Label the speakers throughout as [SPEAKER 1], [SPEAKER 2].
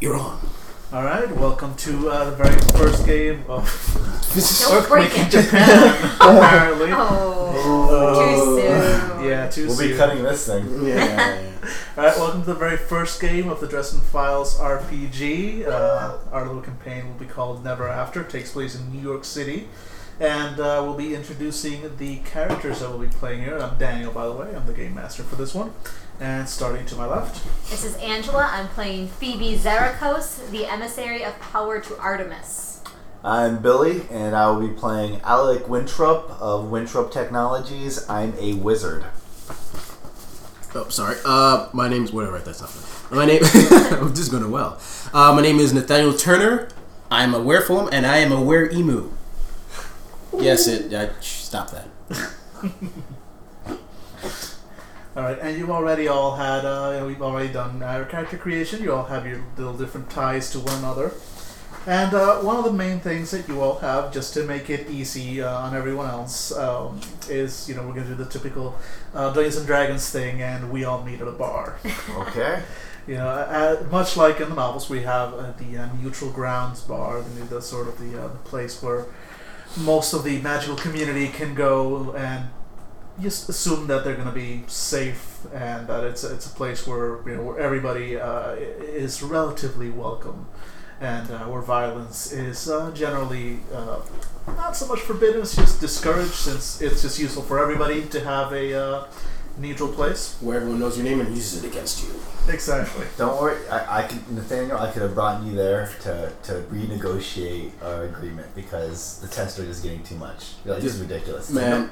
[SPEAKER 1] You're on.
[SPEAKER 2] All right, welcome to uh, the very first game of
[SPEAKER 1] This is
[SPEAKER 3] Don't
[SPEAKER 2] Book
[SPEAKER 3] break
[SPEAKER 2] Making
[SPEAKER 3] it.
[SPEAKER 2] Japan. apparently,
[SPEAKER 3] Oh, too soon.
[SPEAKER 2] yeah, too
[SPEAKER 4] We'll
[SPEAKER 2] soon.
[SPEAKER 4] be cutting this thing.
[SPEAKER 1] yeah.
[SPEAKER 2] All right, welcome to the very first game of the Dresden Files RPG. Uh, our little campaign will be called Never After. It takes place in New York City, and uh, we'll be introducing the characters that we'll be playing here. I'm Daniel, by the way. I'm the game master for this one. And starting to my left,
[SPEAKER 3] This is Angela. I'm playing Phoebe Zerakos, the emissary of power to Artemis.
[SPEAKER 4] I'm Billy, and I will be playing Alec Winthrop of Winthrop Technologies. I'm a wizard.
[SPEAKER 1] Oh, sorry. Uh, my name's whatever. That's not funny. My name. oh, I'm just going well. Uh, my name is Nathaniel Turner. I'm a werewolf, and I am a were emu. Yes, it. I, shh, stop that.
[SPEAKER 2] All right, and you've already all had, uh, you know, we've already done our character creation. You all have your little different ties to one another. And uh, one of the main things that you all have, just to make it easy uh, on everyone else, um, is, you know, we're going to do the typical uh, Dungeons and Dragons thing, and we all meet at a bar.
[SPEAKER 4] Okay.
[SPEAKER 2] You know, uh, much like in the novels, we have uh, the uh, neutral grounds bar, the, the sort of the, uh, the place where most of the magical community can go and just assume that they're going to be safe and that it's it's a place where you know where everybody uh, i- is relatively welcome and uh, where violence is uh, generally uh, not so much forbidden, it's just discouraged since it's just useful for everybody to have a uh, neutral place.
[SPEAKER 1] Where everyone knows your name and uses it against you.
[SPEAKER 2] Exactly.
[SPEAKER 4] Don't worry. I, I could, Nathaniel, I could have brought you there to, to renegotiate our agreement because the test rate is getting too much. You're Like, this is ridiculous.
[SPEAKER 1] Man,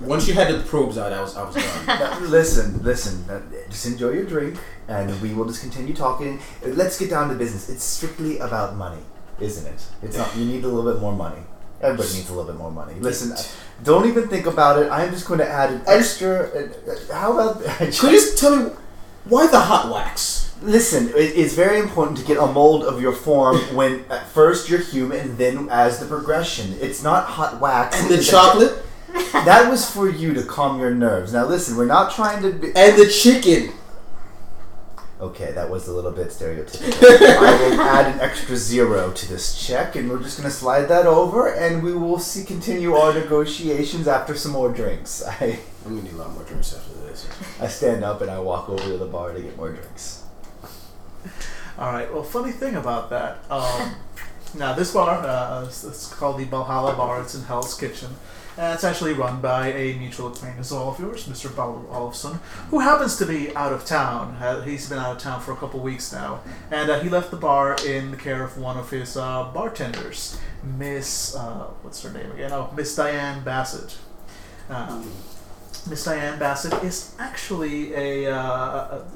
[SPEAKER 1] once you had the probes out, I was I was gone.
[SPEAKER 4] Now, listen, listen. uh, Just enjoy your drink, and we will just continue talking. Uh, Let's get down to business. It's strictly about money, isn't it? It's not. You need a little bit more money. Everybody needs a little bit more money. Listen, uh, don't even think about it. I'm just going to add an extra. uh, uh, How about?
[SPEAKER 1] Could you just tell me why the hot wax?
[SPEAKER 4] Listen, it- it's very important to get a mold of your form when at first you're human, then as the progression. It's not hot wax.
[SPEAKER 1] And the
[SPEAKER 4] It's a-
[SPEAKER 1] chocolate
[SPEAKER 4] That was for you to calm your nerves. Now listen, we're not trying to be.
[SPEAKER 1] and the chicken.
[SPEAKER 4] Okay, that was a little bit stereotypical. I will add an extra zero to this check, and we're just going to slide that over, and we will see continue our negotiations after some more drinks. I,
[SPEAKER 1] I'm gonna need a lot more drinks after this.
[SPEAKER 4] I stand up and I walk over to the bar to get more drinks.
[SPEAKER 2] All right. Well, funny thing about that. Um, now, this bar, uh, it's, it's called the Valhalla Bar. It's in Hell's Kitchen. And it's actually run by a mutual acquaintance of all of yours, Mr. Bal Olafson, who happens to be out of town. Uh, he's been out of town for a couple weeks now. And uh, he left the bar in the care of one of his uh, bartenders, Miss, uh, what's her name again? Oh, Miss Diane Bassett. Um, Miss Diane Bassett is actually a, uh, a-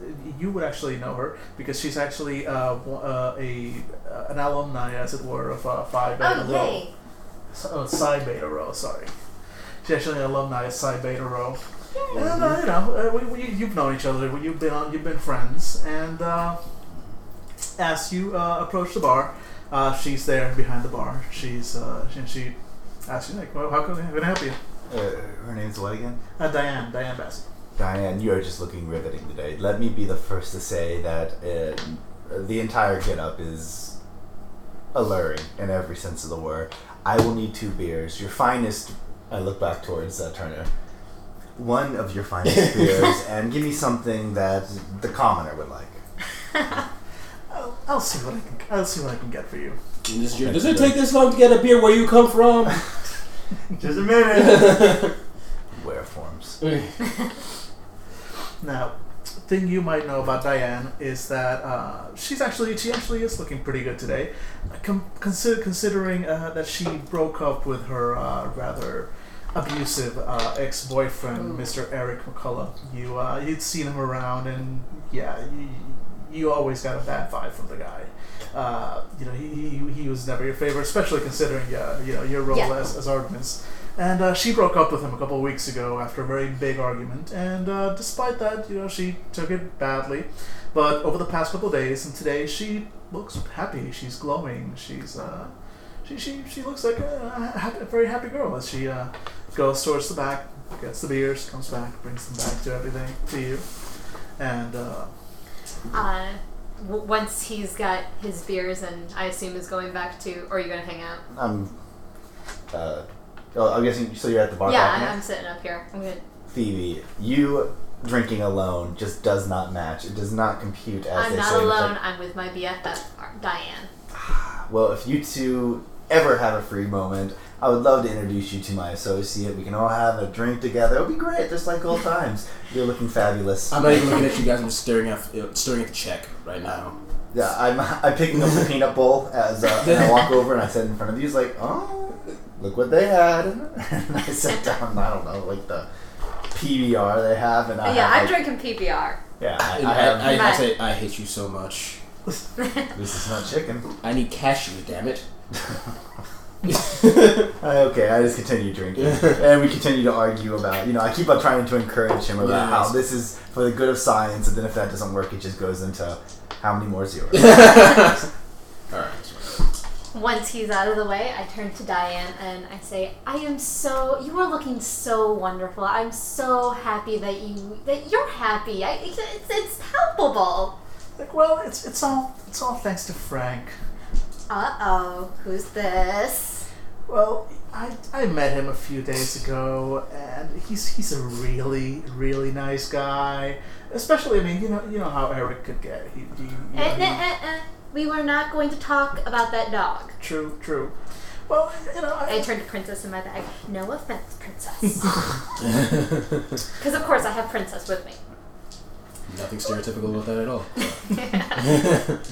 [SPEAKER 2] you would actually know her because she's actually uh, w- uh, a an alumni, as it were, of uh, Phi Beta
[SPEAKER 3] Oh,
[SPEAKER 2] Rho.
[SPEAKER 3] yay.
[SPEAKER 2] S- Oh, Psi Beta Rho, sorry. She's actually an alumni of Psi Beta Rho. And, uh, you know, uh, we, we, you've known each other. we- You've been on, you've been friends. And uh, as you uh, approach the bar, uh, she's there behind the bar. She's uh, and she asks you like, well, "How can I, how can I help you?"
[SPEAKER 4] Uh, her name's what again?
[SPEAKER 2] Uh, Diane, Diane Bassett.
[SPEAKER 4] Diane, you are just looking riveting today. Let me be the first to say that uh, the entire getup is alluring in every sense of the word. I will need two beers. Your finest. I look back towards uh, Turner. One of your finest beers, and give me something that the commoner would like.
[SPEAKER 2] I'll, I'll see what I can. I'll see what I can get for you.
[SPEAKER 1] Does it take this long to get a beer where you come from?
[SPEAKER 4] Just a minute. Wear forms.
[SPEAKER 2] Now, thing you might know about Diane is that uh, she's actually she actually is looking pretty good today, Com- consider, considering uh, that she broke up with her uh, rather abusive uh, ex-boyfriend,
[SPEAKER 3] Ooh.
[SPEAKER 2] Mr. Eric McCullough. You uh, you'd seen him around, and yeah, you, you always got a bad vibe from the guy. Uh, you know, he, he, he was never your favorite, especially considering uh, you know your role
[SPEAKER 3] Yeah.
[SPEAKER 2] as as Artemis. And uh, she broke up with him a couple of weeks ago after a very big argument. And uh, despite that, you know, she took it badly. But over the past couple of days and today, she looks happy. She's glowing. She's uh, she, she she looks like a, a happy, very happy girl as she uh, goes towards the back, gets the beers, comes back, brings them back to everything to you, and. Uh,
[SPEAKER 3] Uh, w- once he's got his beers and I assume is going back to, or are you going to hang out?
[SPEAKER 4] I'm. Uh, oh, I'm guessing. So you're at the bar.
[SPEAKER 3] yeah,
[SPEAKER 4] talking
[SPEAKER 3] I,
[SPEAKER 4] to-
[SPEAKER 3] I'm sitting up here. I'm gonna,
[SPEAKER 4] Phoebe, you drinking alone just does not match. It does not compute as
[SPEAKER 3] I'm
[SPEAKER 4] they
[SPEAKER 3] not
[SPEAKER 4] say.
[SPEAKER 3] alone. I'm with my BFF, Ar- Diane.
[SPEAKER 4] Well, if you two ever have a free moment, I would love to introduce you to my associate. We can all have a drink together. It'll be great, just like old times. You're looking fabulous.
[SPEAKER 1] I'm not even looking at you guys. I'm just staring at uh, staring at the check right now.
[SPEAKER 4] yeah, I'm, I'm picking up the peanut bowl as uh, and I walk over and I sit in front of you. It's like, oh, look what they had. and I sit down. I don't know, like the PBR they have, and I
[SPEAKER 3] yeah, I'm
[SPEAKER 4] have, like,
[SPEAKER 3] drinking PBR.
[SPEAKER 4] yeah, I,
[SPEAKER 1] And
[SPEAKER 4] I have.
[SPEAKER 1] I, I, I
[SPEAKER 3] Matt.
[SPEAKER 1] say I hate you so much.
[SPEAKER 4] this is not chicken.
[SPEAKER 1] I need cashews, damn it.
[SPEAKER 4] I- Uh, Okay, I just continue drinking, and we continue to argue about. You know, I keep on trying to encourage him about
[SPEAKER 1] Yes.
[SPEAKER 4] how this is for the good of science, and then if that doesn't work, it just goes into how many more zeros.
[SPEAKER 1] All right.
[SPEAKER 3] Once he's out of the way, I turn to Diane and I say, "I am so. You are looking so wonderful. I'm so happy that you that you're happy. I, it's, it's it's palpable."
[SPEAKER 2] Like, well, it's it's all it's all thanks to Frank.
[SPEAKER 3] Uh oh, who's this?
[SPEAKER 2] Well, I, I met him a few days ago, and he's he's a really really nice guy. Especially, I mean, you know you know how Eric could get. He, he, you know,
[SPEAKER 3] Eh, eh,
[SPEAKER 2] he-
[SPEAKER 3] eh, eh. We were not going to talk about that dog.
[SPEAKER 2] true, true. Well, you know,
[SPEAKER 3] I
[SPEAKER 2] I,
[SPEAKER 3] turned to Princess in my bag. No offense, Princess. Because of course I have Princess with me.
[SPEAKER 1] Nothing stereotypical about that at all.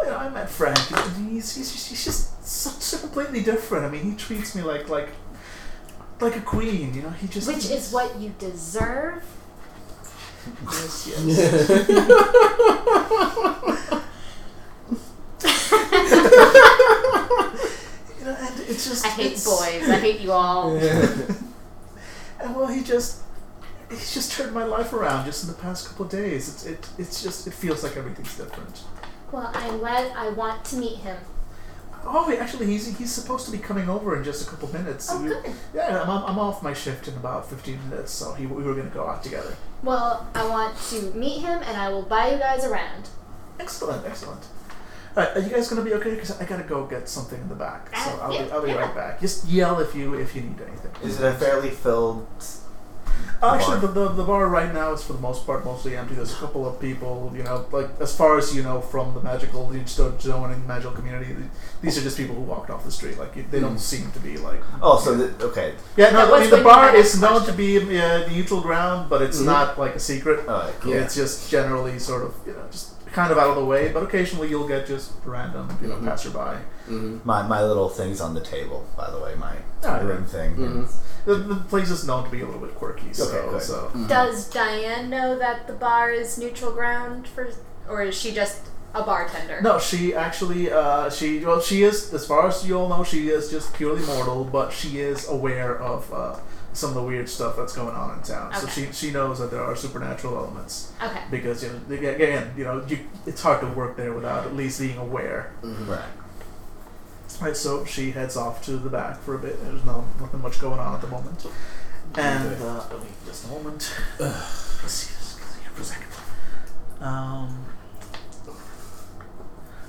[SPEAKER 2] you know, I met Frank. and He's he's just, he's just so, so completely different. I mean, he treats me like like like a queen. You know, he just
[SPEAKER 3] Which is what you deserve.
[SPEAKER 2] Yes, yes. You know, and it's just
[SPEAKER 3] I hate
[SPEAKER 2] it's-
[SPEAKER 3] boys. I hate you all.
[SPEAKER 1] Mm-hmm.
[SPEAKER 2] And well, he just he's just turned my life around just in the past couple of days. It's it it's just it feels like everything's different.
[SPEAKER 3] Well, I'm glad I want to meet him.
[SPEAKER 2] Oh, wait, actually, he's he's supposed to be coming over in just a couple minutes.
[SPEAKER 3] Oh,
[SPEAKER 2] We-
[SPEAKER 3] good.
[SPEAKER 2] Yeah, I'm, I'm off my shift in about fifteen minutes, so he, we were gonna go out together.
[SPEAKER 3] Well, I want to meet him and I will buy you guys around.
[SPEAKER 2] Excellent, excellent. All right, are you guys gonna be okay? Because I gotta go get something in the back, so
[SPEAKER 3] Uh,
[SPEAKER 2] I'll be
[SPEAKER 3] yeah,
[SPEAKER 2] I'll be
[SPEAKER 3] yeah.
[SPEAKER 2] right back. Just yell if you if you need anything.
[SPEAKER 4] is it a fairly filled?
[SPEAKER 2] Actually,
[SPEAKER 4] bar?
[SPEAKER 2] the, the, the bar right now is for the most part mostly empty. There's a couple of people, you know, like as far as you know from the magical the sto- zone and magical community, th- these are just people who walked off the street. Like you- they don't seem to be like.
[SPEAKER 4] Oh, so the, okay,
[SPEAKER 2] Yeah, no,
[SPEAKER 3] That
[SPEAKER 2] I
[SPEAKER 3] was
[SPEAKER 2] mean, the
[SPEAKER 3] gonna be my
[SPEAKER 2] bar
[SPEAKER 3] next
[SPEAKER 2] is known to be uh, the neutral ground, but it's
[SPEAKER 1] Mhm.
[SPEAKER 2] not like a secret.
[SPEAKER 4] all right, cool.
[SPEAKER 1] Yeah.
[SPEAKER 2] It's just generally sort of you know just kind of out of the way, but occasionally you'll get just random you know
[SPEAKER 1] Mhm.
[SPEAKER 2] passerby.
[SPEAKER 1] hmm
[SPEAKER 4] My my little thing's on the table, by the way. My
[SPEAKER 2] Oh, yeah.
[SPEAKER 4] rim thing.
[SPEAKER 1] Mhm.
[SPEAKER 2] The, the place is known to be a little bit quirky, so
[SPEAKER 4] Okay, good.
[SPEAKER 2] so.
[SPEAKER 3] Does Diane know that the bar is neutral ground for. Or is she just a bartender?
[SPEAKER 2] No, she actually, uh, she well, she is as far as you all know, she is just purely mortal, but she is aware of uh, some of the weird stuff that's going on in town. So
[SPEAKER 3] Okay.
[SPEAKER 2] she she knows that there are supernatural elements
[SPEAKER 3] Okay.
[SPEAKER 2] because you know, ag- again, you know, you, it's hard to work there without at least being aware.
[SPEAKER 1] Mm-hmm.
[SPEAKER 4] Right.
[SPEAKER 2] Right, so she heads off to the back for a bit. There's no nothing much going on at the moment, and
[SPEAKER 1] Okay.
[SPEAKER 2] uh, wait, just a moment. Let's see, just here for a second. Um.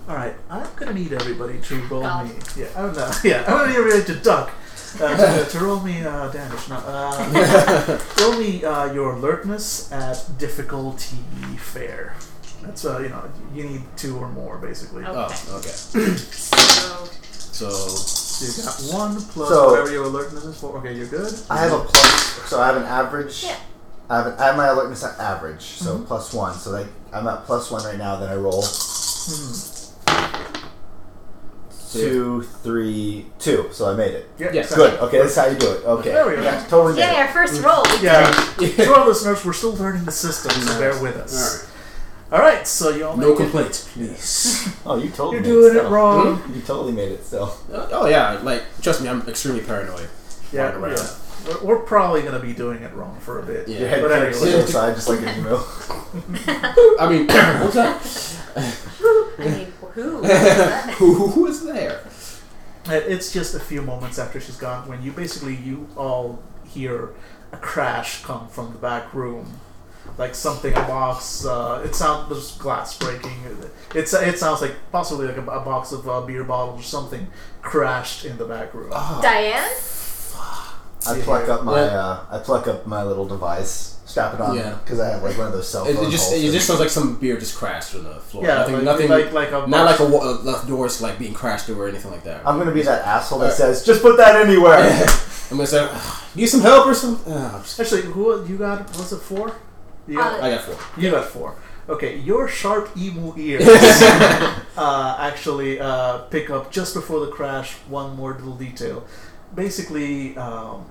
[SPEAKER 2] All right, I'm gonna need everybody to roll
[SPEAKER 3] God.
[SPEAKER 2] me. Yeah, I don't know. Yeah, I'm gonna need everybody to duck. Uh, to, to roll me uh, damage. No, uh, roll me uh, your alertness at difficulty fair. That's uh, you know you need two or more basically.
[SPEAKER 1] Oh, okay.
[SPEAKER 3] So.
[SPEAKER 1] So
[SPEAKER 2] So you got one plus
[SPEAKER 4] So-
[SPEAKER 2] whatever your alertness is for. Okay, you're good.
[SPEAKER 4] I have a plus, so I have an average.
[SPEAKER 3] Yeah.
[SPEAKER 4] I have, an, I have my alertness at average, so plus one. So like I'm at plus one right now. Then I roll
[SPEAKER 2] Mhm.
[SPEAKER 4] two, three, two. So I made it.
[SPEAKER 2] Yeah,
[SPEAKER 1] Yeah,
[SPEAKER 2] exactly.
[SPEAKER 4] Good. Okay, that's how you do it. Okay.
[SPEAKER 2] There we go.
[SPEAKER 4] Yeah, totally.
[SPEAKER 3] Yay,
[SPEAKER 4] made it.
[SPEAKER 3] our first roll. we did it.
[SPEAKER 2] Mm. Yeah. to our listeners, we're still learning the system, so bear with us. All right, so you all
[SPEAKER 1] no
[SPEAKER 2] make it.
[SPEAKER 1] complaints, please.
[SPEAKER 4] Oh, you totally.
[SPEAKER 2] You're
[SPEAKER 4] made
[SPEAKER 2] doing it
[SPEAKER 4] still.
[SPEAKER 2] wrong.
[SPEAKER 4] You totally made it still.
[SPEAKER 1] oh yeah, like trust me, I'm extremely paranoid.
[SPEAKER 2] Yeah,
[SPEAKER 1] Right, right.
[SPEAKER 2] yeah. We're, we're probably going to be doing it wrong for a bit.
[SPEAKER 1] Yeah.
[SPEAKER 4] Your head
[SPEAKER 2] But
[SPEAKER 4] clicks to
[SPEAKER 2] anyway.
[SPEAKER 4] the side just like an email.
[SPEAKER 1] I mean, what's that?
[SPEAKER 3] I mean, who?
[SPEAKER 1] Who, who- who is there?
[SPEAKER 2] It- It's just a few moments after she's gone when you basically you all hear a crash come from the back room, like something a box. Uh, it sounds there's glass breaking. It's it sounds like possibly like a, a box of uh, beer bottles or something crashed in the back room.
[SPEAKER 1] Ah,
[SPEAKER 3] Diane?
[SPEAKER 4] I
[SPEAKER 2] Yeah.
[SPEAKER 4] pluck up my
[SPEAKER 1] Well-
[SPEAKER 4] uh, I pluck up my little device, strap it on
[SPEAKER 1] Yeah.
[SPEAKER 4] because I have like one of those cell
[SPEAKER 1] It,
[SPEAKER 4] phone
[SPEAKER 1] it just it
[SPEAKER 4] holsters.
[SPEAKER 1] just sounds like some beer just crashed on the floor.
[SPEAKER 2] yeah,
[SPEAKER 1] nothing,
[SPEAKER 2] like,
[SPEAKER 1] nothing,
[SPEAKER 2] like like a
[SPEAKER 1] not
[SPEAKER 2] box-
[SPEAKER 1] like a, wa- a left door is like being crashed through or anything like that.
[SPEAKER 4] I'm gonna be that asshole that
[SPEAKER 1] Uh,
[SPEAKER 4] says just put that anywhere.
[SPEAKER 1] I'm gonna say, "Ugh, need some uh, help or something.
[SPEAKER 2] actually who you got? Was it four? You got,
[SPEAKER 1] I got four.
[SPEAKER 2] you got four. Okay, your sharp emu ears uh, actually uh, pick up just before the crash one more little detail. Basically, um,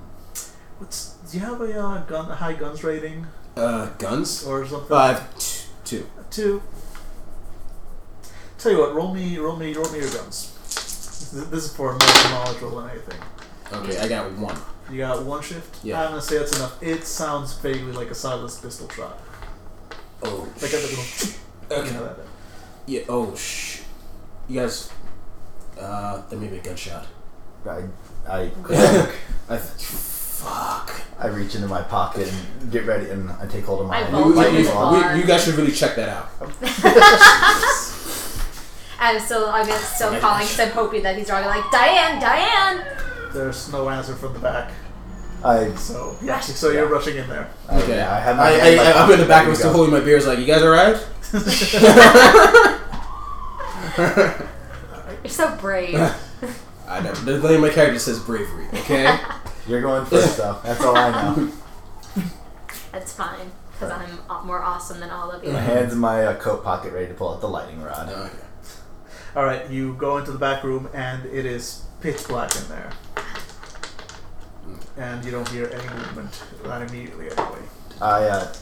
[SPEAKER 2] what's do you have a uh, gun a high guns rating
[SPEAKER 1] Uh, guns.
[SPEAKER 2] or something?
[SPEAKER 1] Five, t- two.
[SPEAKER 2] Two. Tell you what, roll me, roll me, roll me your guns. Th- This is for more knowledge roll than anything.
[SPEAKER 1] Okay, I got one.
[SPEAKER 2] You got one shift.
[SPEAKER 1] Yeah.
[SPEAKER 2] I'm gonna say that's enough. It sounds vaguely like a silenced pistol shot,
[SPEAKER 1] Oh,
[SPEAKER 2] like a little. You
[SPEAKER 1] okay.
[SPEAKER 2] know that.
[SPEAKER 1] Yeah. Oh, shh. You guys. Uh, there may be a gunshot.
[SPEAKER 4] I, I,
[SPEAKER 1] I. Fuck.
[SPEAKER 4] I reach into my pocket and get ready, and I take hold of my
[SPEAKER 3] I
[SPEAKER 1] You, you-
[SPEAKER 3] Well, like
[SPEAKER 1] you-
[SPEAKER 3] this bar.
[SPEAKER 1] you- you guys should really check that out.
[SPEAKER 4] Oh,
[SPEAKER 3] I'm still, I'm just still
[SPEAKER 1] Oh my
[SPEAKER 3] calling
[SPEAKER 1] gosh.
[SPEAKER 3] Sim hoping that he's wrong. I'm like, Diane, Diane!
[SPEAKER 2] There's no answer from the back,
[SPEAKER 4] I,
[SPEAKER 2] so yeah. So you're rushing in there.
[SPEAKER 4] I,
[SPEAKER 1] Okay.
[SPEAKER 4] I have my hand
[SPEAKER 1] I,
[SPEAKER 4] in my
[SPEAKER 1] I, I, am in the
[SPEAKER 4] pocket,
[SPEAKER 1] back
[SPEAKER 4] ready
[SPEAKER 1] room
[SPEAKER 4] to
[SPEAKER 1] still
[SPEAKER 4] go.
[SPEAKER 1] holding my beers. Like, you guys all right?
[SPEAKER 3] You're so brave.
[SPEAKER 1] I know. The name of my character says bravery. Okay.
[SPEAKER 4] You're going first, though. That's all I know.
[SPEAKER 3] That's fine, because I'm a- more awesome than all of you.
[SPEAKER 4] my
[SPEAKER 2] Uh-huh.
[SPEAKER 4] hands in my uh, coat pocket, ready to pull out the lightning rod.
[SPEAKER 1] No, okay.
[SPEAKER 2] All right, you go into the back room, and it is pitch black in there, and you don't hear any movement. Not immediately, anyway.
[SPEAKER 4] I uh,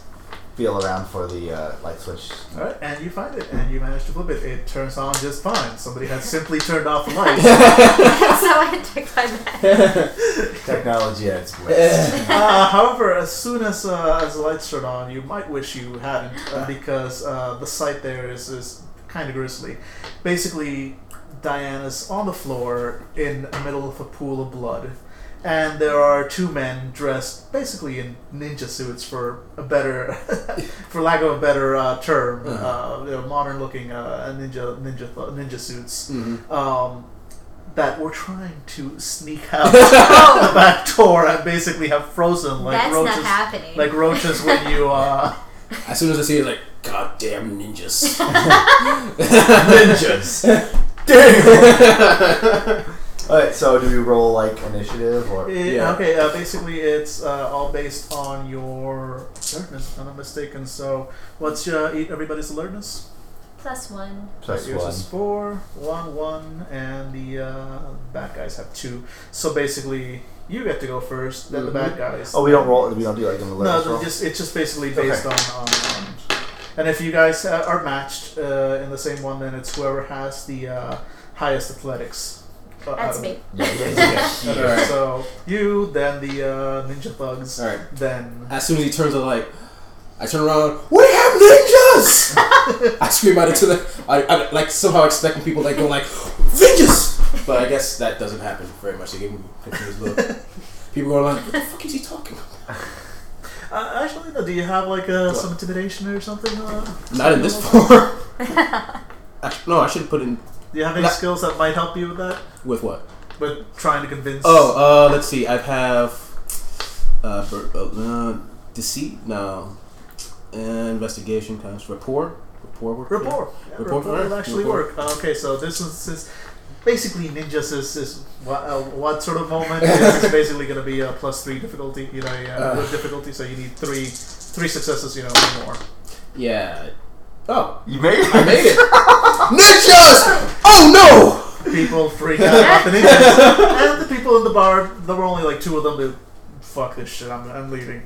[SPEAKER 4] feel around for the uh, light switch.
[SPEAKER 2] All right, and you find it, and you manage to flip it. It turns on just fine. Somebody has simply turned off the light.
[SPEAKER 3] so I took my back.
[SPEAKER 4] Technology at its best.
[SPEAKER 2] uh, however, as soon as, uh, as the lights turn on, you might wish you hadn't, uh, because uh, the sight there is, is kind of grisly. Basically, Diana's on the floor in the middle of a pool of blood, and there are two men dressed basically in ninja suits for a better, for lack of a better uh, term, uh, you know, modern-looking uh, ninja ninja ninja suits. um, that were trying to sneak out the back door and basically have frozen like
[SPEAKER 3] That's
[SPEAKER 2] roaches,
[SPEAKER 3] not happening.
[SPEAKER 2] like roaches when you uh,
[SPEAKER 1] As soon as I see it, like, goddamn ninjas.
[SPEAKER 4] Ninjas! Dang! Alright, so do we roll like initiative or.
[SPEAKER 2] it-
[SPEAKER 1] Yeah.
[SPEAKER 2] okay. Uh, basically, it's uh, all based on your alertness, if I'm not mistaken. So, what's your eat everybody's alertness?
[SPEAKER 3] Plus one.
[SPEAKER 4] Plus
[SPEAKER 2] Yours
[SPEAKER 4] one.
[SPEAKER 2] is four, one, one, and the uh, bad guys have two. So basically, you get to go first, then the bad guys.
[SPEAKER 4] Oh, we don't roll. We don't do like an alert.
[SPEAKER 2] No,
[SPEAKER 4] roll?
[SPEAKER 2] they're just it's just basically based on, on, on. And if you guys uh, are matched uh, in the same one, then it's whoever has the uh, highest athletics. Uh,
[SPEAKER 3] That's
[SPEAKER 2] out
[SPEAKER 3] me.
[SPEAKER 2] of-
[SPEAKER 4] Yeah, yeah, yeah, yeah.
[SPEAKER 2] Okay,
[SPEAKER 1] Alright.
[SPEAKER 2] So you, then the uh, ninja thugs,
[SPEAKER 1] Alright.
[SPEAKER 2] then
[SPEAKER 1] As soon as he turns, I'm like, I turn around, we have ninjas! I scream out into the, I, I like somehow expecting people like go like, ninjas! But I guess that doesn't happen very much. They give me a confused look. People go like, what the fuck is he talking about?
[SPEAKER 2] uh, actually, no, do you have like uh,
[SPEAKER 1] What?
[SPEAKER 2] some intimidation or something? Uh,
[SPEAKER 1] Not in this form. Actu- no, I should put in,
[SPEAKER 2] do you have any
[SPEAKER 1] No.
[SPEAKER 2] skills that might help you with that?
[SPEAKER 1] with what?
[SPEAKER 2] With trying to convince.
[SPEAKER 1] Oh, uh, let's see. I have uh, bur- uh, uh, deceit. No, uh, investigation comes rapport. Rapport. Work,
[SPEAKER 2] Rapport. Yeah,
[SPEAKER 1] Rapport,
[SPEAKER 2] rapport, will
[SPEAKER 1] right.
[SPEAKER 2] actually
[SPEAKER 1] Rapport.
[SPEAKER 2] work. Uh, okay, so this is, this is basically ninjas is, is what, uh, what sort of moment is is basically going to be a plus three difficulty, you know, uh,
[SPEAKER 1] Uh.
[SPEAKER 2] difficulty. So you need three three successes, you know, or more.
[SPEAKER 1] Yeah. Oh,
[SPEAKER 4] You made
[SPEAKER 1] I made it. Ninjas! Oh
[SPEAKER 2] People freak out about the ninjas, and the people in the bar. There were only like two of them. That, Fuck this shit! I'm, I'm leaving.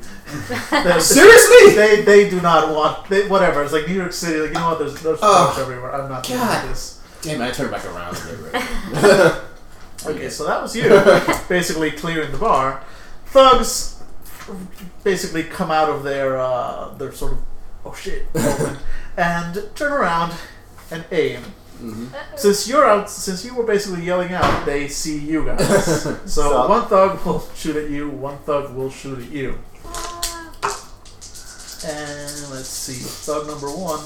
[SPEAKER 1] no!
[SPEAKER 2] They-
[SPEAKER 1] Seriously?
[SPEAKER 2] They they do not want they, whatever. It's like New York City. Like you know what? There's there's
[SPEAKER 1] Oh,
[SPEAKER 2] punch everywhere. I'm not doing
[SPEAKER 1] God.
[SPEAKER 2] this.
[SPEAKER 1] Damn, I turned back around.
[SPEAKER 2] Okay, so that was you basically clearing the bar. Thugs basically come out of their uh, their sort of oh shit moment
[SPEAKER 1] Mm-hmm.
[SPEAKER 2] and turn around and aim. Since you're out, since you were basically yelling out, they see you guys. So,
[SPEAKER 4] So-
[SPEAKER 2] one thug will shoot at you, one thug will shoot at you, and Let's see. Thug number one.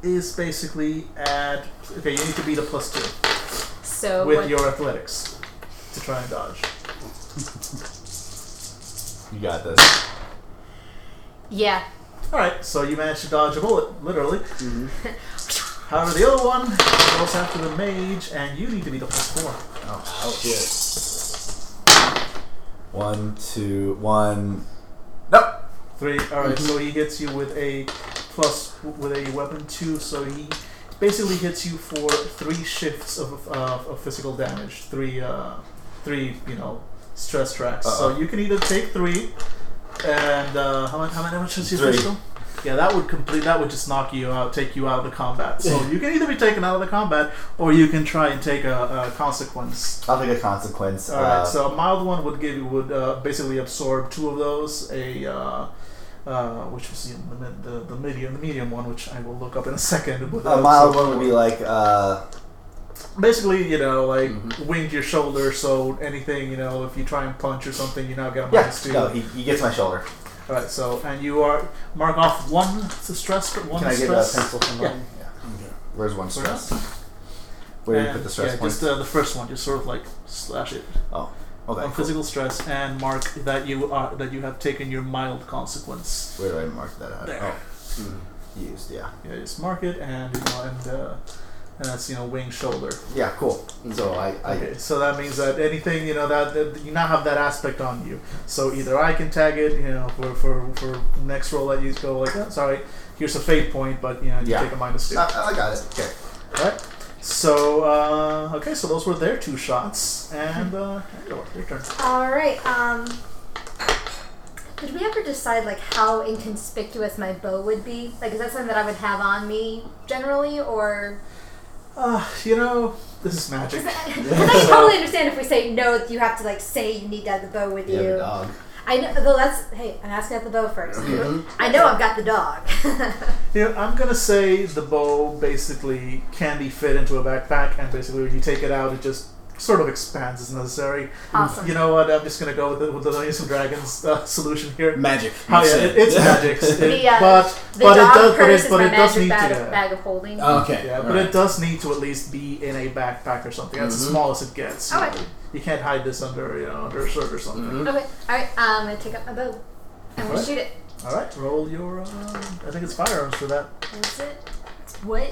[SPEAKER 2] Is basically add. Okay, you need to beat a plus two
[SPEAKER 3] So
[SPEAKER 2] with
[SPEAKER 3] what,
[SPEAKER 2] your athletics to try and dodge.
[SPEAKER 4] You got this.
[SPEAKER 3] yeah,
[SPEAKER 2] Alright, so you managed to dodge a bullet, literally. However, the other one goes after the mage, and you need to beat a plus four.
[SPEAKER 4] Oh shit. One, two, one. Nope.
[SPEAKER 2] Three. All right,
[SPEAKER 4] Mhm.
[SPEAKER 2] So he hits you with a plus with a weapon two. So he basically hits you for three shifts of, of, of physical damage. Three. Uh, three. You know, stress tracks.
[SPEAKER 4] Uh-oh.
[SPEAKER 2] So you can either take three, and uh, how much? How many damage is your
[SPEAKER 4] Three.
[SPEAKER 2] physical? Yeah, that would complete. That would just knock you out, take you out of the combat. So you can either be taken out of the combat, or you can try and take a, a consequence.
[SPEAKER 4] I'll take a consequence.
[SPEAKER 2] All right,
[SPEAKER 4] uh,
[SPEAKER 2] so a mild one would give you would uh, basically absorb two of those. A uh, uh, which was the, mid- the the medium the medium one, which I will look up in a second. But
[SPEAKER 4] a
[SPEAKER 2] uh,
[SPEAKER 4] mild
[SPEAKER 2] so-
[SPEAKER 4] one would be like uh,
[SPEAKER 2] basically you know like
[SPEAKER 1] Mhm.
[SPEAKER 4] Mm-hmm.
[SPEAKER 2] wing your shoulder, so anything you know if you try and punch or something, you now get a
[SPEAKER 4] yeah.
[SPEAKER 2] minus two.
[SPEAKER 4] No, he, he gets my shoulder.
[SPEAKER 2] All right, so and you are mark off one s- stress one
[SPEAKER 4] Can I get a
[SPEAKER 2] stress.
[SPEAKER 4] pencil from
[SPEAKER 2] Yeah.
[SPEAKER 4] mine? Where's one stress? Where do you
[SPEAKER 2] and,
[SPEAKER 4] put the stress
[SPEAKER 2] yeah,
[SPEAKER 4] point?
[SPEAKER 2] just uh, the first one, just sort of like slash it
[SPEAKER 4] oh,
[SPEAKER 2] on
[SPEAKER 4] okay. cool.
[SPEAKER 2] physical stress and mark that you are that you have taken your mild consequence.
[SPEAKER 4] Where do I mark that out?
[SPEAKER 2] There.
[SPEAKER 4] Oh.
[SPEAKER 1] Mm-hmm.
[SPEAKER 4] Used, yeah.
[SPEAKER 2] Yeah, just mark it and you know, and uh, and that's you know wing shoulder.
[SPEAKER 4] Yeah, cool. So I, I
[SPEAKER 2] Okay, so that means that anything you know that, that you now have that aspect on you. So either I can tag it, you know, for for, for next roll that you go like, oh, sorry, here's a fate point, but you know you
[SPEAKER 4] Yeah. Uh,
[SPEAKER 2] take a minus two.
[SPEAKER 4] I, I got it. Okay.
[SPEAKER 2] Alright. So uh, okay, so those were their two shots, and uh, your your turn.
[SPEAKER 3] All right. Um, did we ever decide like how inconspicuous my bow would be? Like, is that something that I would have on me generally, or
[SPEAKER 2] Uh, you know, this is magic.
[SPEAKER 3] because I totally understand if we say no, you have to like say you need to have the bow with
[SPEAKER 4] You have
[SPEAKER 3] you.
[SPEAKER 4] a dog.
[SPEAKER 3] I know. Though that's hey, I'm asking about the bow 1st
[SPEAKER 1] Mhm.
[SPEAKER 3] I know I've got the dog.
[SPEAKER 2] Yeah, I'm gonna say the bow basically can be fit into a backpack, and basically when you take it out, it just sort of expands as necessary.
[SPEAKER 3] awesome.
[SPEAKER 2] You know what? I'm just gonna go with the, with the Dungeons and Dragons uh, solution here.
[SPEAKER 1] Magic.
[SPEAKER 2] Oh
[SPEAKER 1] you
[SPEAKER 2] yeah,
[SPEAKER 1] said.
[SPEAKER 2] it, it's magic, It-
[SPEAKER 3] The, uh,
[SPEAKER 2] but
[SPEAKER 3] the
[SPEAKER 2] but it
[SPEAKER 3] dog
[SPEAKER 2] does but
[SPEAKER 3] purse
[SPEAKER 2] it,
[SPEAKER 3] is
[SPEAKER 2] but
[SPEAKER 3] my
[SPEAKER 2] it does
[SPEAKER 3] magic
[SPEAKER 2] need
[SPEAKER 3] bag,
[SPEAKER 2] to.
[SPEAKER 3] bag of holding.
[SPEAKER 1] Oh, Okay.
[SPEAKER 2] Yeah, but
[SPEAKER 1] alright.
[SPEAKER 2] it does need to at least be in a backpack or something. That's
[SPEAKER 1] Mhm.
[SPEAKER 2] the smallest it gets.
[SPEAKER 3] All right.
[SPEAKER 2] You can't hide this under you know under a shirt or something.
[SPEAKER 1] Mhm.
[SPEAKER 3] Oh, Okay. All right. I'm gonna take up my bow. I'm gonna
[SPEAKER 2] Alright.
[SPEAKER 3] shoot it.
[SPEAKER 2] All right, roll your. Uh, I think it's firearms for that.
[SPEAKER 3] Is it? What?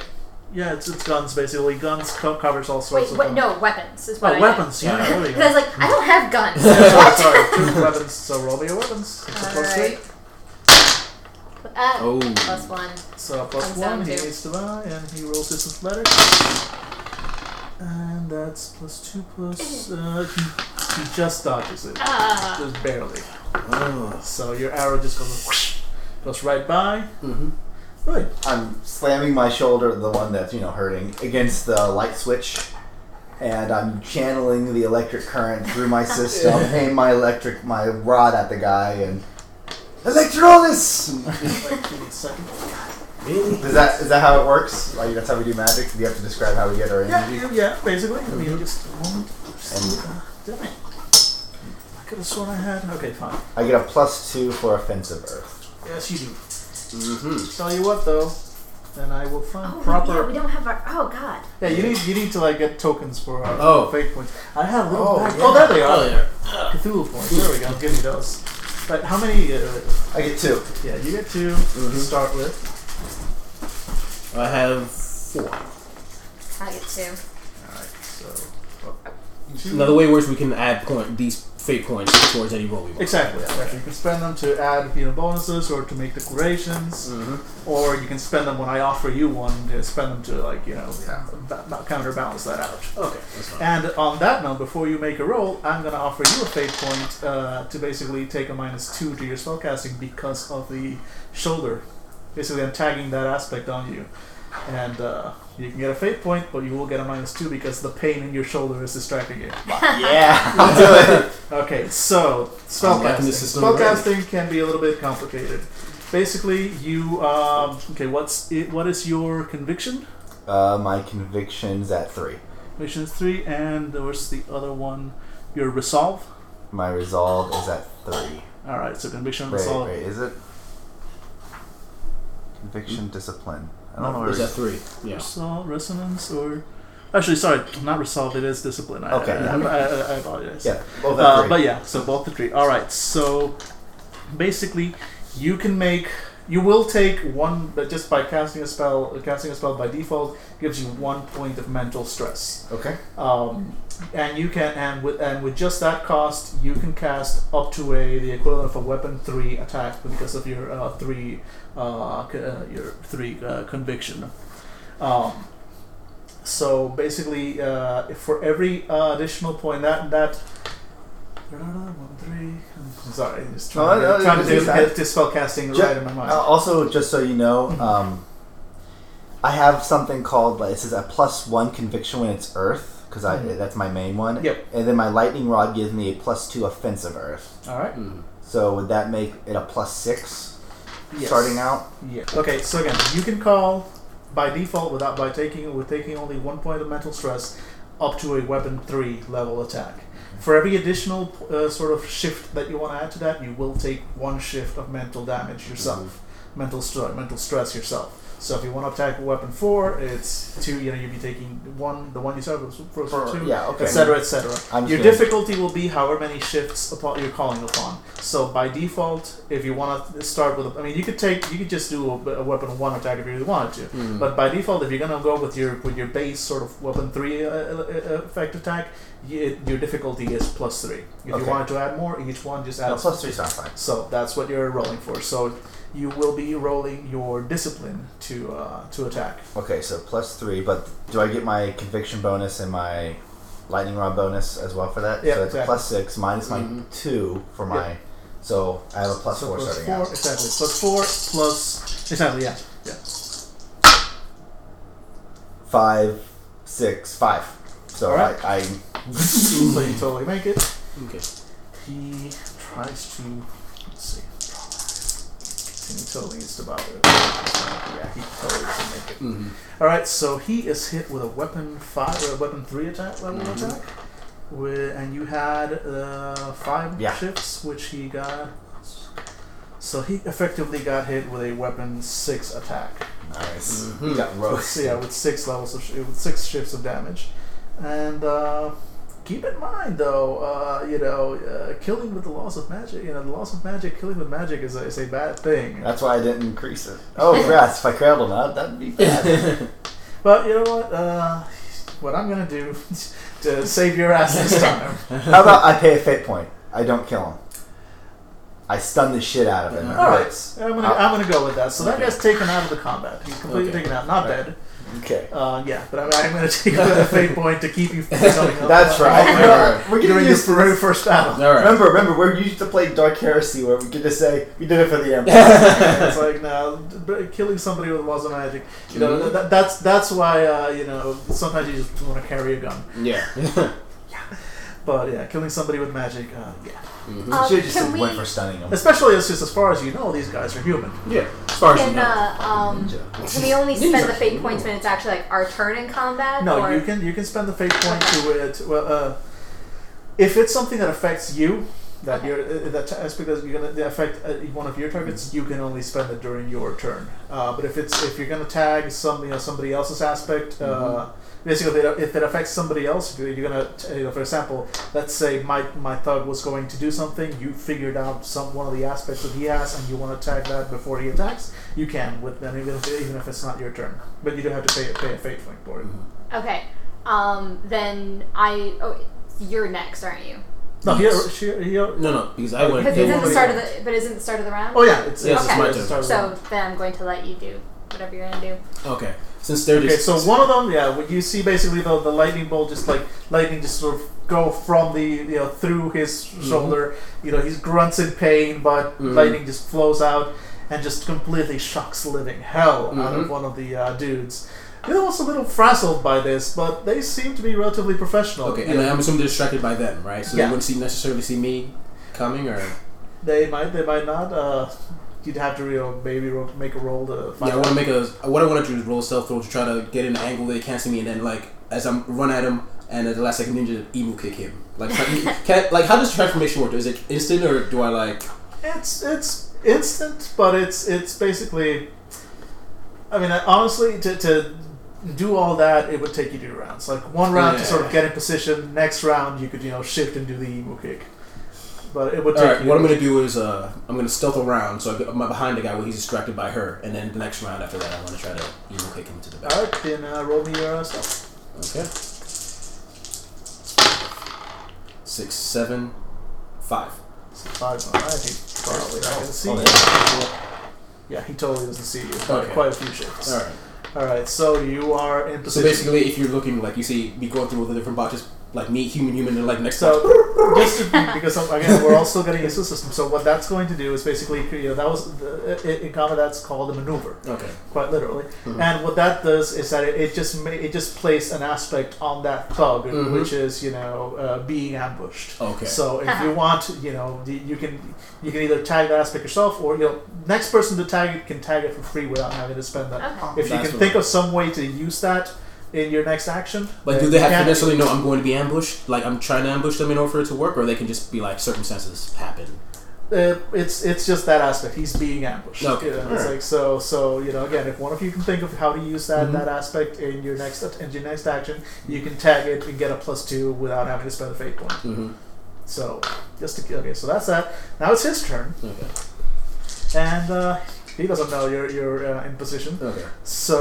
[SPEAKER 2] Yeah, it's, it's guns basically. Guns co- covers all sorts
[SPEAKER 3] Wait.
[SPEAKER 2] of.
[SPEAKER 3] What?
[SPEAKER 2] guns.
[SPEAKER 3] No weapons. Is what
[SPEAKER 2] Oh,
[SPEAKER 3] I
[SPEAKER 2] weapons. Yeah,
[SPEAKER 1] Yeah.
[SPEAKER 2] there we
[SPEAKER 3] Because
[SPEAKER 2] go.
[SPEAKER 3] I was like, I don't have guns.
[SPEAKER 2] sorry,
[SPEAKER 3] what?
[SPEAKER 2] sorry, two weapons. So roll your weapons. It's a plus
[SPEAKER 3] Alright.
[SPEAKER 2] eight.
[SPEAKER 3] Uh,
[SPEAKER 1] Oh.
[SPEAKER 3] Plus one.
[SPEAKER 2] So a plus
[SPEAKER 3] Comes down
[SPEAKER 2] one. He
[SPEAKER 3] to-
[SPEAKER 2] needs to buy, and he rolls his athletic. And that's plus two plus. Uh, he, he just dodges it,
[SPEAKER 3] Ah.
[SPEAKER 2] just barely.
[SPEAKER 1] Oh.
[SPEAKER 2] So your arrow just goes whoosh, goes right by.
[SPEAKER 1] Mhm.
[SPEAKER 2] Good.
[SPEAKER 4] I'm slamming my shoulder, the one that's you know hurting, against the light switch, and I'm channeling the electric current through my system. aim my electric, my rod at the guy, and electrolysis.
[SPEAKER 2] Like, give me a second.
[SPEAKER 1] Really?
[SPEAKER 4] Is that is that how it works? Like that's how we do magic. Do you have to describe how we get our
[SPEAKER 2] Yeah,
[SPEAKER 4] energy?
[SPEAKER 2] you- Mm-hmm. yeah, basically. I mean, just a moment. Uh, Damn it. I could have sworn I had. Okay, fine.
[SPEAKER 4] I get a plus two for offensive earth.
[SPEAKER 2] Yes, you do.
[SPEAKER 1] Mhm.
[SPEAKER 2] Tell you what, though, then I will find
[SPEAKER 3] Oh,
[SPEAKER 2] proper.
[SPEAKER 3] yeah, we don't have our. Oh, God.
[SPEAKER 2] Yeah, you need you need to like get tokens for uh,
[SPEAKER 1] Oh.
[SPEAKER 2] fake points. I have little
[SPEAKER 4] Oh,
[SPEAKER 2] bag-
[SPEAKER 4] yeah.
[SPEAKER 2] Oh, there they are.
[SPEAKER 1] Oh yeah.
[SPEAKER 2] Cthulhu points. There we go. Give me those. But how many? Uh,
[SPEAKER 4] I get two.
[SPEAKER 2] yeah, you get 2 to
[SPEAKER 4] Mm-hmm.
[SPEAKER 1] Mhm.
[SPEAKER 2] start with.
[SPEAKER 1] I have four.
[SPEAKER 3] I get two.
[SPEAKER 2] All right, so
[SPEAKER 1] Now the way it works, we can add point these fate points towards any roll we want.
[SPEAKER 2] exactly. right. You can spend them to add you know bonuses or to make decorations,
[SPEAKER 1] Mhm.
[SPEAKER 2] or you can spend them when I offer you one. To spend them to like you know ba- ba- counterbalance that out.
[SPEAKER 1] Okay, that's fine.
[SPEAKER 2] And on that note, before you make a roll, I'm going to offer you a fate point uh, to basically take a minus two to your spellcasting because of the shoulder. Basically, I'm tagging that aspect on you. And uh, you can get a fate point, but you will get a minus two because the pain in your shoulder is distracting you.
[SPEAKER 4] yeah, I'll do it.
[SPEAKER 2] Okay, so
[SPEAKER 1] I'm liking
[SPEAKER 2] spellcasting.
[SPEAKER 1] this system already.
[SPEAKER 2] Spellcasting can be a little bit complicated. Basically, you um, okay? What's it, what is your conviction?
[SPEAKER 4] Uh, my conviction's at three.
[SPEAKER 2] Conviction is three, and what's the other one? Your resolve.
[SPEAKER 4] My resolve is at three.
[SPEAKER 2] All right, so conviction and
[SPEAKER 4] Wait,
[SPEAKER 2] assault.
[SPEAKER 4] wait, is it conviction discipline? I don't know where.
[SPEAKER 1] Is that
[SPEAKER 4] it's
[SPEAKER 1] three? Yeah.
[SPEAKER 2] Resolve, resonance, or actually, sorry, not resolve. It is discipline. I,
[SPEAKER 4] Okay,
[SPEAKER 2] I,
[SPEAKER 4] yeah.
[SPEAKER 2] I, I- I apologize.
[SPEAKER 4] Yeah, both at
[SPEAKER 2] Uh,
[SPEAKER 4] three.
[SPEAKER 2] but yeah, so both the three. All right, so basically, you can make, you will take one, but just by casting a spell. Casting a spell by default gives you one point of mental stress,
[SPEAKER 4] okay.
[SPEAKER 2] um, and you can, and with, and with just that cost, you can cast up to a the equivalent of a weapon three attack because of your uh, three, uh, c- uh, your three uh, conviction. Um, so basically, uh, if for every uh, additional point that that. One, three. I'm sorry, I'm just trying,
[SPEAKER 4] No, no,
[SPEAKER 2] to, trying
[SPEAKER 4] it's
[SPEAKER 2] to,
[SPEAKER 4] fine.
[SPEAKER 2] do, to spell casting
[SPEAKER 4] Ju-
[SPEAKER 2] right in my mind.
[SPEAKER 4] Uh, also, just so you know, um, I have something called like, it says a plus one conviction when it's Earth because I
[SPEAKER 2] Mhm.
[SPEAKER 4] that's my main one.
[SPEAKER 2] Yep.
[SPEAKER 4] And then my lightning rod gives me a plus two offensive Earth.
[SPEAKER 2] All right.
[SPEAKER 1] Mhm.
[SPEAKER 4] So would that make it a plus six
[SPEAKER 2] Yes.
[SPEAKER 4] starting out?
[SPEAKER 2] Yeah. Okay. So again, you can call by default without by taking with taking only one point of mental stress up to a weapon three level attack. For every additional uh, sort of shift that you want to add to that, you will take one shift of mental damage yourself, mental stress, mental stress yourself. So if you want to attack weapon four, it's two. You know, you'll be taking one, the one you started with, for,
[SPEAKER 4] For-
[SPEAKER 2] two,
[SPEAKER 4] yeah, okay.
[SPEAKER 2] etc., etc.
[SPEAKER 4] I'm
[SPEAKER 2] Your
[SPEAKER 4] just gonna-
[SPEAKER 2] difficulty will be however many shifts upon you're calling upon. So by default, if you want to start with, a, I mean, you could take, you could just do a, a weapon one attack if you really wanted to.
[SPEAKER 4] Hmm.
[SPEAKER 1] Mhm.
[SPEAKER 2] But by default, if you're gonna go with your with your base sort of weapon three uh, uh, uh, effect attack, you, your difficulty is plus three. If
[SPEAKER 4] Okay.
[SPEAKER 2] you wanted to add more, each one just
[SPEAKER 4] No,
[SPEAKER 2] adds.
[SPEAKER 4] plus three sounds fine.
[SPEAKER 2] So that's what you're rolling for. So you will be rolling your discipline to uh, to attack.
[SPEAKER 4] Okay, so plus three, but do I get my conviction bonus and my lightning rod bonus as well for that?
[SPEAKER 2] Yeah,
[SPEAKER 4] so it's a
[SPEAKER 2] exactly.
[SPEAKER 4] plus six minus my
[SPEAKER 1] Mhm.
[SPEAKER 4] two for
[SPEAKER 2] Yeah.
[SPEAKER 4] my. So I have a plus
[SPEAKER 2] So
[SPEAKER 4] four
[SPEAKER 2] plus
[SPEAKER 4] starting
[SPEAKER 2] four,
[SPEAKER 4] out.
[SPEAKER 2] exactly. Plus four, plus exactly, yeah, yeah.
[SPEAKER 4] Five, six, five. So
[SPEAKER 2] All right.
[SPEAKER 4] I, I
[SPEAKER 2] so you totally make it.
[SPEAKER 1] Okay.
[SPEAKER 2] He tries to. Let's see. And he totally needs to bother. Yeah, he totally doesn't make it.
[SPEAKER 1] Mhm.
[SPEAKER 2] All right, so he is hit with a weapon five, or a weapon three attack level
[SPEAKER 1] Mhm.
[SPEAKER 2] attack. With, and you had uh, five
[SPEAKER 4] Yeah.
[SPEAKER 2] shifts, which he got. So he effectively got hit with a weapon six attack.
[SPEAKER 4] nice.
[SPEAKER 1] Mhm.
[SPEAKER 4] He got
[SPEAKER 2] So
[SPEAKER 4] roasted.
[SPEAKER 2] yeah, with six levels of sh- with six shifts of damage, and uh, keep in mind though, uh, you know, uh, killing with the loss of magic, you know, the loss of magic, killing with magic is a, is a bad thing.
[SPEAKER 4] That's why I didn't increase it. Oh, grass! If I cradled him, that that'd be bad.
[SPEAKER 1] Mm-hmm.
[SPEAKER 2] But you know what? Uh, what I'm gonna do to save your ass this time.
[SPEAKER 4] How about I pay a fate point? I don't kill him. I stun the shit out of him.
[SPEAKER 2] All right,
[SPEAKER 4] That's-
[SPEAKER 2] I'm gonna I'm gonna go with that. So that guy's taken out of the combat. He's completely
[SPEAKER 1] Okay.
[SPEAKER 2] taken out, not dead.
[SPEAKER 4] Okay.
[SPEAKER 2] Uh, yeah, but I'm, I'm gonna take a fate point to keep you from going up.
[SPEAKER 4] That's
[SPEAKER 2] uh,
[SPEAKER 4] right. We're
[SPEAKER 2] During
[SPEAKER 4] getting
[SPEAKER 2] your
[SPEAKER 4] used to
[SPEAKER 2] very first battle.
[SPEAKER 1] All right.
[SPEAKER 4] Remember, remember, we're used to play Dark Heresy where we get to say, we did it for the Empire.
[SPEAKER 2] it's like no, b- killing somebody with laws of magic. You know,
[SPEAKER 1] Mhm.
[SPEAKER 2] that, that's that's why uh, you know sometimes you just want to carry a gun.
[SPEAKER 1] Yeah. Mm-hmm.
[SPEAKER 2] But yeah, killing somebody with magic, uh, yeah.
[SPEAKER 1] Mhm.
[SPEAKER 3] Um,
[SPEAKER 4] should have just
[SPEAKER 3] can
[SPEAKER 4] went
[SPEAKER 3] we-
[SPEAKER 4] for stunning him.
[SPEAKER 2] Especially as just as far as you know, these guys are human.
[SPEAKER 1] Yeah. As far as you
[SPEAKER 3] Can,
[SPEAKER 1] know.
[SPEAKER 3] uh, um,
[SPEAKER 4] Ninja.
[SPEAKER 3] can we only
[SPEAKER 1] Ninja.
[SPEAKER 3] spend the fate points when it's actually like our turn in combat?
[SPEAKER 2] No,
[SPEAKER 3] or
[SPEAKER 2] you can you can spend the fate point to it. Well, uh, if it's something that affects you, that
[SPEAKER 3] Okay.
[SPEAKER 2] you're uh, that that's because you're gonna affect uh, one of your targets, you can only spend it during your turn. Uh, but if it's if you're gonna tag some you know somebody else's aspect. Uh,
[SPEAKER 3] Mm-hmm.
[SPEAKER 2] Basically, if it, if it affects somebody else, if you're you're gonna, t- you know, for example, let's say my my thug was going to do something, you figured out some one of the aspects that he has, and you want to tag that before he attacks, you can with them, even if, even if it's not your turn. But you do have to pay, pay a fate point for it.
[SPEAKER 3] Okay. Um, then I. Oh, you're next, aren't you?
[SPEAKER 2] No, he,
[SPEAKER 1] Yes.
[SPEAKER 2] she, he, oh
[SPEAKER 1] No, no, because I went.
[SPEAKER 3] Because
[SPEAKER 2] they
[SPEAKER 3] isn't the
[SPEAKER 2] already-
[SPEAKER 3] start of the but isn't the start of the round?
[SPEAKER 2] Oh, yeah, it's,
[SPEAKER 1] Yes,
[SPEAKER 3] it's my
[SPEAKER 2] it's
[SPEAKER 1] turn.
[SPEAKER 2] start of the round.
[SPEAKER 3] So then I'm going to let you do whatever you're gonna do.
[SPEAKER 1] Okay. Since they're
[SPEAKER 2] okay,
[SPEAKER 1] just.
[SPEAKER 2] so one of them, yeah, what you see basically the, the lightning bolt just like lightning just sort of go from the you know through his
[SPEAKER 1] Mm-hmm.
[SPEAKER 2] shoulder. You know he grunts in pain, but
[SPEAKER 1] Mhm.
[SPEAKER 2] lightning just flows out and just completely shocks living hell out of
[SPEAKER 1] Mhm.
[SPEAKER 2] one of the uh, dudes. The other one's a little frazzled by this, but they seem to be relatively professional.
[SPEAKER 1] Okay,
[SPEAKER 2] You
[SPEAKER 1] and
[SPEAKER 2] know,
[SPEAKER 1] I'm assuming they're distracted by them, right? So
[SPEAKER 2] Yeah.
[SPEAKER 1] they wouldn't see necessarily see me coming, or
[SPEAKER 2] they might, they might not. Uh, you'd have to real maybe ro- make a roll to find
[SPEAKER 1] Yeah, I
[SPEAKER 2] out.
[SPEAKER 1] want to make a. What I want to do is roll stealth roll to try to get in an angle where they can't see me, and then like as I'm run at him, and at the last second ninja emu kick him. Like, can, can- like how does transformation work? Is it instant or do I like?
[SPEAKER 2] It's it's instant, but it's it's basically. I mean, I- honestly, to, to do all that, it would take you two rounds. Like one round
[SPEAKER 1] Yeah.
[SPEAKER 2] to sort of get in position. Next round, you could you know shift and do the emu kick, but it would
[SPEAKER 1] All
[SPEAKER 2] take
[SPEAKER 1] right,
[SPEAKER 2] you.
[SPEAKER 1] what I'm gonna do is uh, I'm gonna stealth around so I get, I'm behind the guy where he's distracted by her, and then the next round after that I want to try to emu kick him to the back.
[SPEAKER 2] All right, then uh, roll me your uh, stuff.
[SPEAKER 1] Okay. Six, seven, five.
[SPEAKER 2] Five. All right, he probably not gonna see
[SPEAKER 4] Oh,
[SPEAKER 2] you.
[SPEAKER 4] yeah.
[SPEAKER 2] Yeah, he totally doesn't see you.
[SPEAKER 1] Okay.
[SPEAKER 2] Quite a few shifts.
[SPEAKER 1] All right.
[SPEAKER 2] All right, so you are in
[SPEAKER 1] So
[SPEAKER 2] position.
[SPEAKER 1] basically, if you're looking like you see me going through all the different boxes, like me, human, human, and like next up.
[SPEAKER 2] So just to- because um, again we're all still getting used to the system. So what that's going to do is basically you know that was the, in in combat that's called a maneuver,
[SPEAKER 1] Okay.
[SPEAKER 2] quite literally.
[SPEAKER 1] Mhm.
[SPEAKER 2] And what that does is that it, it just ma- it just plays an aspect on that thug,
[SPEAKER 1] Mhm.
[SPEAKER 2] which is you know uh, being ambushed.
[SPEAKER 1] Okay.
[SPEAKER 2] So if you want, you know, the- you can you can either tag that aspect yourself, or you know, next person to tag it can tag it for free without having to spend that.
[SPEAKER 3] Okay.
[SPEAKER 2] If you
[SPEAKER 1] That's
[SPEAKER 2] can
[SPEAKER 1] what-
[SPEAKER 2] think of some way to use that in your next action,
[SPEAKER 1] But
[SPEAKER 2] then
[SPEAKER 1] do they
[SPEAKER 2] you
[SPEAKER 1] have
[SPEAKER 2] can.
[SPEAKER 1] to necessarily know I'm going to be ambushed? Like I'm trying to ambush them in order for it to work, or they can just be like circumstances happen.
[SPEAKER 2] Uh, it's it's just that aspect. He's being ambushed.
[SPEAKER 1] Okay.
[SPEAKER 2] You know, it's
[SPEAKER 1] Alright.
[SPEAKER 2] like so so you know again if one of you can think of how to use that
[SPEAKER 1] Mhm.
[SPEAKER 2] that aspect in your next in your next action, you can tag it and get a plus two without having to spend a fate point.
[SPEAKER 1] Mm-hmm.
[SPEAKER 2] So just to, okay, so that's that. Now it's his turn,
[SPEAKER 1] Okay.
[SPEAKER 2] and uh, he doesn't know you're you're uh, in position.
[SPEAKER 1] Okay.
[SPEAKER 2] So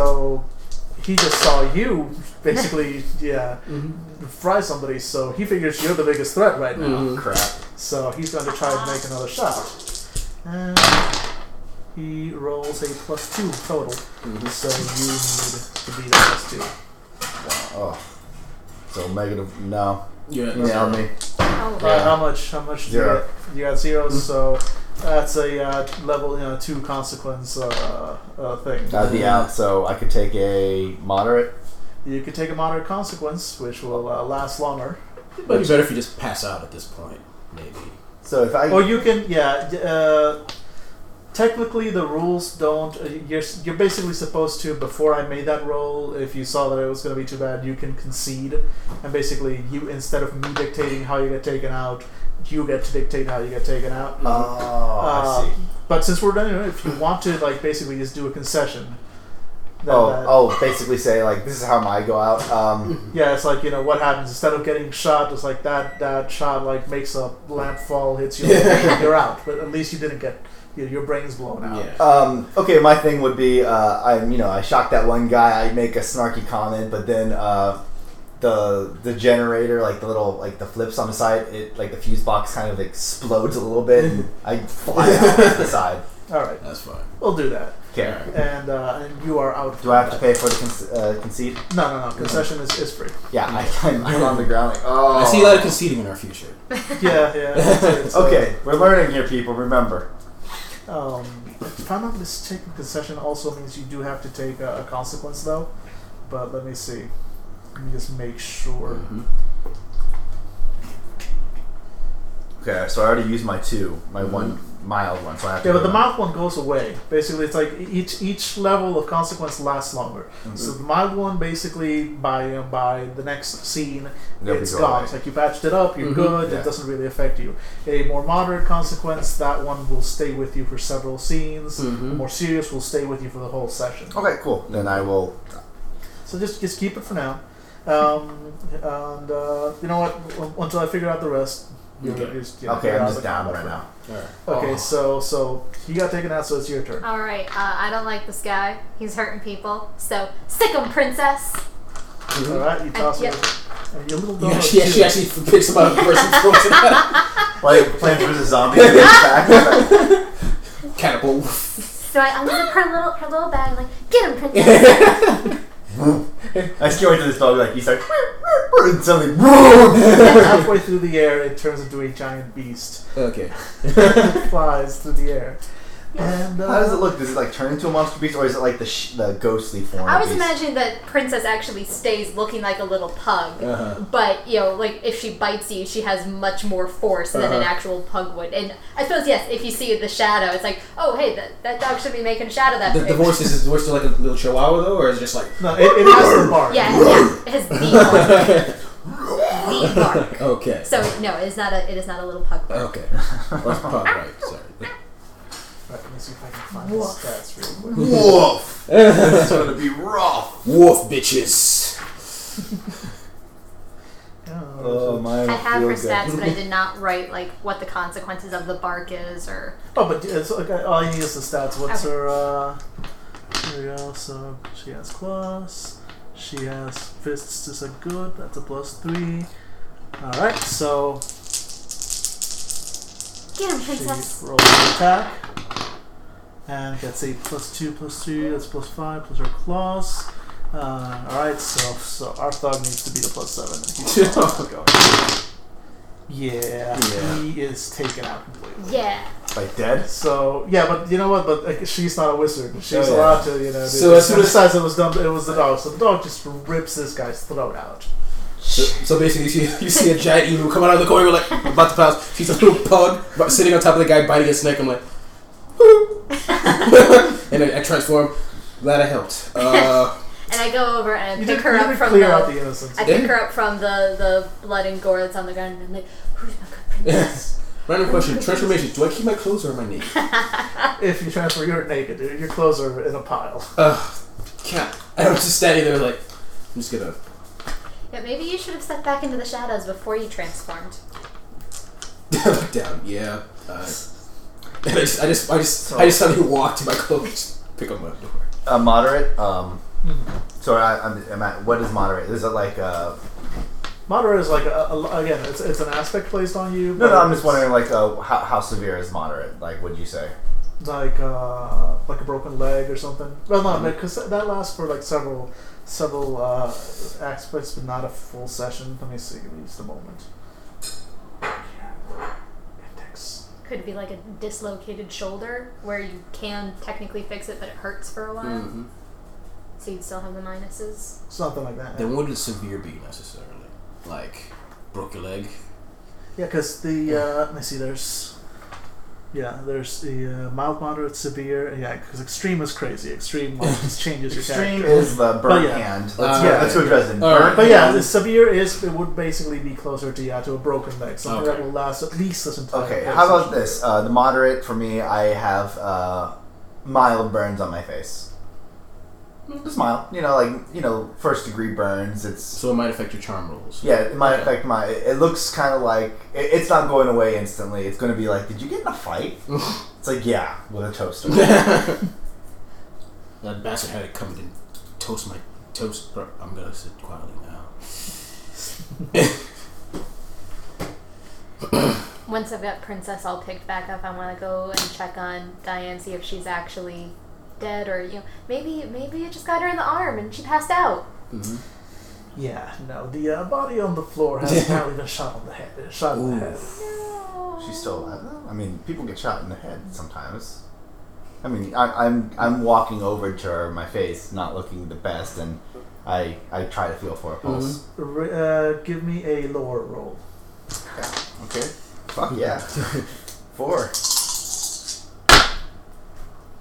[SPEAKER 2] he just saw you basically yeah
[SPEAKER 1] Mm-hmm.
[SPEAKER 2] fry somebody. So he figures you're the biggest threat right now.
[SPEAKER 1] Mhm.
[SPEAKER 4] Crap.
[SPEAKER 2] So he's going to try and make another shot. And he rolls a plus two total. So you need to beat a plus two.
[SPEAKER 4] Oh. So negative. No.
[SPEAKER 1] Yeah.
[SPEAKER 4] Yeah, on me.
[SPEAKER 3] Oh,
[SPEAKER 2] Uh,
[SPEAKER 4] Yeah.
[SPEAKER 2] how much? How much? do
[SPEAKER 4] Zero.
[SPEAKER 2] You, got? you got zero. So that's a uh, level you know two consequence uh, uh, thing.
[SPEAKER 4] I'd be out, so I could take a moderate.
[SPEAKER 2] You could take a moderate consequence, which will uh, last longer.
[SPEAKER 1] But it's better if you just pass out at this point, maybe.
[SPEAKER 4] So if I
[SPEAKER 2] Or Oh, you can, yeah. d- Uh, technically, the rules don't. Uh, you're s- you're basically supposed to. Before I made that roll, if you saw that it was going to be too bad, you can concede, and basically, you instead of me dictating how you get taken out, you get to dictate how you get taken out.
[SPEAKER 4] Oh,
[SPEAKER 2] Ah,
[SPEAKER 4] I see.
[SPEAKER 2] But since we're done, you know, if you want to, like basically, just do a concession. then that-
[SPEAKER 4] Oh, oh, basically say like this is how my go out. Um,
[SPEAKER 2] Yeah, it's like you know what happens instead of getting shot. It's like that that shot like makes a lamp fall, hits you, you're out. But at least you didn't get your, your brains blown out.
[SPEAKER 1] Yeah.
[SPEAKER 4] um, okay, my thing would be uh, I'm you know I shock that one guy. I make a snarky comment, but then uh, the the generator like the little like the flips on the side, it like the fuse box kind of explodes a little bit, and I fly out to the side.
[SPEAKER 2] All right,
[SPEAKER 1] That's fine.
[SPEAKER 2] we'll do that.
[SPEAKER 4] Okay.
[SPEAKER 2] And uh, and you are out.
[SPEAKER 4] Do I have to pay for the con- uh, conceit?
[SPEAKER 2] No, no, no. Concession is, is free.
[SPEAKER 4] Yeah, I, I'm, I'm on the ground. Like, oh,
[SPEAKER 1] I see a lot of conceding in our future.
[SPEAKER 2] Yeah, yeah. it's- it's, uh,
[SPEAKER 4] Okay, we're learning here, people. Remember.
[SPEAKER 2] um, if I'm not mistaken, concession also means you do have to take a, a consequence though. But let me see. Let me just make sure.
[SPEAKER 1] Mhm.
[SPEAKER 4] Okay, so I already used my two, my one mild one. So I have to
[SPEAKER 2] Yeah, but
[SPEAKER 4] go
[SPEAKER 2] the
[SPEAKER 4] to-
[SPEAKER 2] mild one goes away. Basically, it's like e-, each each level of consequence lasts longer. So
[SPEAKER 4] Mm-hmm.
[SPEAKER 2] the mild one, basically, by you know, by the next scene,
[SPEAKER 4] They'll be
[SPEAKER 2] it's
[SPEAKER 4] gone
[SPEAKER 2] gone.
[SPEAKER 4] away.
[SPEAKER 2] It's like you patched it up, you're
[SPEAKER 1] Mhm.
[SPEAKER 2] good.
[SPEAKER 4] Yeah.
[SPEAKER 2] It doesn't really affect you. A more moderate consequence, that one will stay with you for several scenes.
[SPEAKER 1] Mhm.
[SPEAKER 2] The more serious will stay with you for the whole session.
[SPEAKER 4] Mm-hmm. Okay, cool. Then I will.
[SPEAKER 2] So just just keep it for now. Um, and uh, you know what? w- Until I figure out the rest. you're-
[SPEAKER 1] Okay.
[SPEAKER 2] you're just, you know,
[SPEAKER 4] Okay,
[SPEAKER 2] you're
[SPEAKER 4] I'm
[SPEAKER 2] out
[SPEAKER 4] just
[SPEAKER 2] of the
[SPEAKER 4] down
[SPEAKER 2] combat
[SPEAKER 4] right
[SPEAKER 2] for-
[SPEAKER 4] now.
[SPEAKER 1] All right.
[SPEAKER 2] Okay,
[SPEAKER 4] Oh.
[SPEAKER 2] so so you got taken out, so it's your turn.
[SPEAKER 3] All right, uh, I don't like this guy. He's hurting people. So sick him, princess.
[SPEAKER 2] All right, you toss
[SPEAKER 3] yep.
[SPEAKER 2] it. Mm-hmm. And your little
[SPEAKER 1] You
[SPEAKER 2] dog.
[SPEAKER 1] actually,
[SPEAKER 2] too.
[SPEAKER 1] she actually picks him up and throws him out.
[SPEAKER 4] Like playing versus zombie. in the back.
[SPEAKER 1] Catapult.
[SPEAKER 3] So I unzip her little her little bag. I'm like, get him, princess.
[SPEAKER 4] I scare into this dog. Like he's like, and suddenly, boom.
[SPEAKER 2] halfway through the air, it turns into a giant beast.
[SPEAKER 1] Okay.
[SPEAKER 2] It flies through the air. And uh,
[SPEAKER 4] How does it look? Does it like turn into a monster beast, or is it like the sh- the ghostly form?
[SPEAKER 3] I was
[SPEAKER 4] beast?
[SPEAKER 3] imagining that Princess actually stays looking like a little pug,
[SPEAKER 4] Uh-huh.
[SPEAKER 3] but you know, like if she bites you, she has much more force than an
[SPEAKER 4] Uh-huh.
[SPEAKER 3] actual pug would. And I suppose yes, if you see the shadow, it's like, oh hey, that, that dog should be making a shadow that
[SPEAKER 1] The,
[SPEAKER 3] big.
[SPEAKER 1] the voice is, is the voice still like a little chihuahua though, or is it just like
[SPEAKER 2] no, it, it has the bark.
[SPEAKER 3] Yeah, yeah, it has the bark. the bark.
[SPEAKER 1] okay,
[SPEAKER 3] So no, it is not a it is not a little pug bark.
[SPEAKER 1] okay, that's probably right. Sorry.
[SPEAKER 2] Right, let me see if I can find the
[SPEAKER 3] Woof.
[SPEAKER 2] stats real quick.
[SPEAKER 4] Woof! It's gonna be rough.
[SPEAKER 1] Wolf bitches.
[SPEAKER 2] Yeah,
[SPEAKER 3] Mm-hmm.
[SPEAKER 4] Oh,
[SPEAKER 2] so-
[SPEAKER 4] my
[SPEAKER 3] I have her
[SPEAKER 4] feel good.
[SPEAKER 3] stats, but I did not write like what the consequences of the bark is or
[SPEAKER 2] Oh, but yeah, so, okay, all you need is the stats. What's
[SPEAKER 3] Okay.
[SPEAKER 2] her? Uh, here we go. So she has claws. She has fists. Is a good. That's a plus three. All right. So
[SPEAKER 3] get him,
[SPEAKER 2] she rolls
[SPEAKER 3] princess.
[SPEAKER 2] an attack and gets a plus two, plus three. That's plus five. Plus her claws. Uh, all right. So so our thug needs to beat a plus seven. and he's not going. Yeah,
[SPEAKER 4] Yeah.
[SPEAKER 2] He is taken out completely.
[SPEAKER 3] Yeah.
[SPEAKER 4] Like dead?
[SPEAKER 2] So yeah, but you know what? But like, she's not a wizard. She's
[SPEAKER 4] Oh, yeah.
[SPEAKER 2] allowed to, you know. Do
[SPEAKER 1] So
[SPEAKER 2] this.
[SPEAKER 1] as soon
[SPEAKER 2] And
[SPEAKER 1] as-
[SPEAKER 2] besides, it was done. It was the dog. So the dog just rips this guy's throat out.
[SPEAKER 1] So, so basically, you see, you see a giant emu coming out of the corner, you're like about to pass. She's a little pug, but sitting on top of the guy biting his neck. I'm like, "Woo." and I, I transform. Glad I helped. Uh,
[SPEAKER 3] And I go over and
[SPEAKER 2] You
[SPEAKER 3] pick
[SPEAKER 2] did,
[SPEAKER 3] her
[SPEAKER 2] you
[SPEAKER 3] up
[SPEAKER 2] did
[SPEAKER 3] from
[SPEAKER 2] clear
[SPEAKER 3] the
[SPEAKER 2] out the innocence.
[SPEAKER 3] I
[SPEAKER 1] Yeah.
[SPEAKER 3] pick her up from the, the blood and gore that's on the ground, and I'm like, "Who's my good princess?"
[SPEAKER 1] random question: transformation. Do I keep my clothes or am I naked?
[SPEAKER 2] if you transfer, you're naked. Dude. Your clothes are in a pile.
[SPEAKER 1] Uh, can't. I was just standing there like, I'm just gonna.
[SPEAKER 3] yeah, maybe you should have stepped back into the shadows before you transformed.
[SPEAKER 1] down. Yeah. Uh, and I just, I just, I just, I just suddenly walked to my clothes, pick up my door.
[SPEAKER 4] Uh, moderate. Um. So I, I'm, am I, what is moderate? Is it like uh?
[SPEAKER 2] Moderate is like a, a- again, it's, it's an aspect placed on you. but
[SPEAKER 4] No, no. I'm just
[SPEAKER 2] it's
[SPEAKER 4] wondering like uh, how, how severe is moderate? Like, would you say?
[SPEAKER 2] Like uh, like a broken leg or something. Well, no,
[SPEAKER 4] Mm-hmm.
[SPEAKER 2] because that lasts for like several several uh, aspects, but not a full session. Let me see. Give me just a moment. Index.
[SPEAKER 3] Could be like a dislocated shoulder where you can technically fix it, but it hurts for a while,
[SPEAKER 2] Hmm.
[SPEAKER 1] Mhm.
[SPEAKER 3] so you'd still have the minuses.
[SPEAKER 2] Something like that.
[SPEAKER 1] Then what would severe be necessarily? Like, broke your leg.
[SPEAKER 2] Yeah, because the uh, let me see. There's yeah, there's the uh, mild, moderate, severe. Yeah, because extreme is crazy. Extreme like, just changes your
[SPEAKER 4] Extreme
[SPEAKER 2] character.
[SPEAKER 4] is the burnt
[SPEAKER 2] yeah.
[SPEAKER 4] hand. Let's,
[SPEAKER 1] Uh,
[SPEAKER 4] yeah, let's go Dresden.
[SPEAKER 1] All right.
[SPEAKER 2] But yeah, the severe is it would basically be closer to yeah to a broken leg, something
[SPEAKER 1] Okay.
[SPEAKER 2] that will last at least this entire.
[SPEAKER 4] Okay,
[SPEAKER 2] whole
[SPEAKER 4] how about
[SPEAKER 2] session.
[SPEAKER 4] this? Uh, the moderate for me, I have uh, mild burns on my face. Just mild, you know, like you know, first degree burns. It's
[SPEAKER 1] So it might affect your charm rolls.
[SPEAKER 4] yeah, it might
[SPEAKER 1] Okay.
[SPEAKER 4] affect my. It it looks kind of like it, it's not going away instantly. It's going to be like, did you get in a fight? it's like yeah, with a toaster.
[SPEAKER 1] That bastard had it coming and toast my toast. bro, I'm gonna sit quietly now.
[SPEAKER 3] Once I've got Princess all picked back up, I want to go and check on Diane, see if she's actually dead, or you know, maybe maybe it just got her in the arm and she passed out.
[SPEAKER 2] Yeah, no, the uh, body on the floor has apparently been shot on the head. uh, Shot in the
[SPEAKER 1] Ooh.
[SPEAKER 2] head.
[SPEAKER 4] She's still. alive. I mean, people get shot in the head sometimes. I mean, I, I'm I'm walking over to her, my face not looking the best, and I I try to feel for a pulse.
[SPEAKER 2] Re- uh, give me a lower roll.
[SPEAKER 4] Okay. Fuck yeah. Four.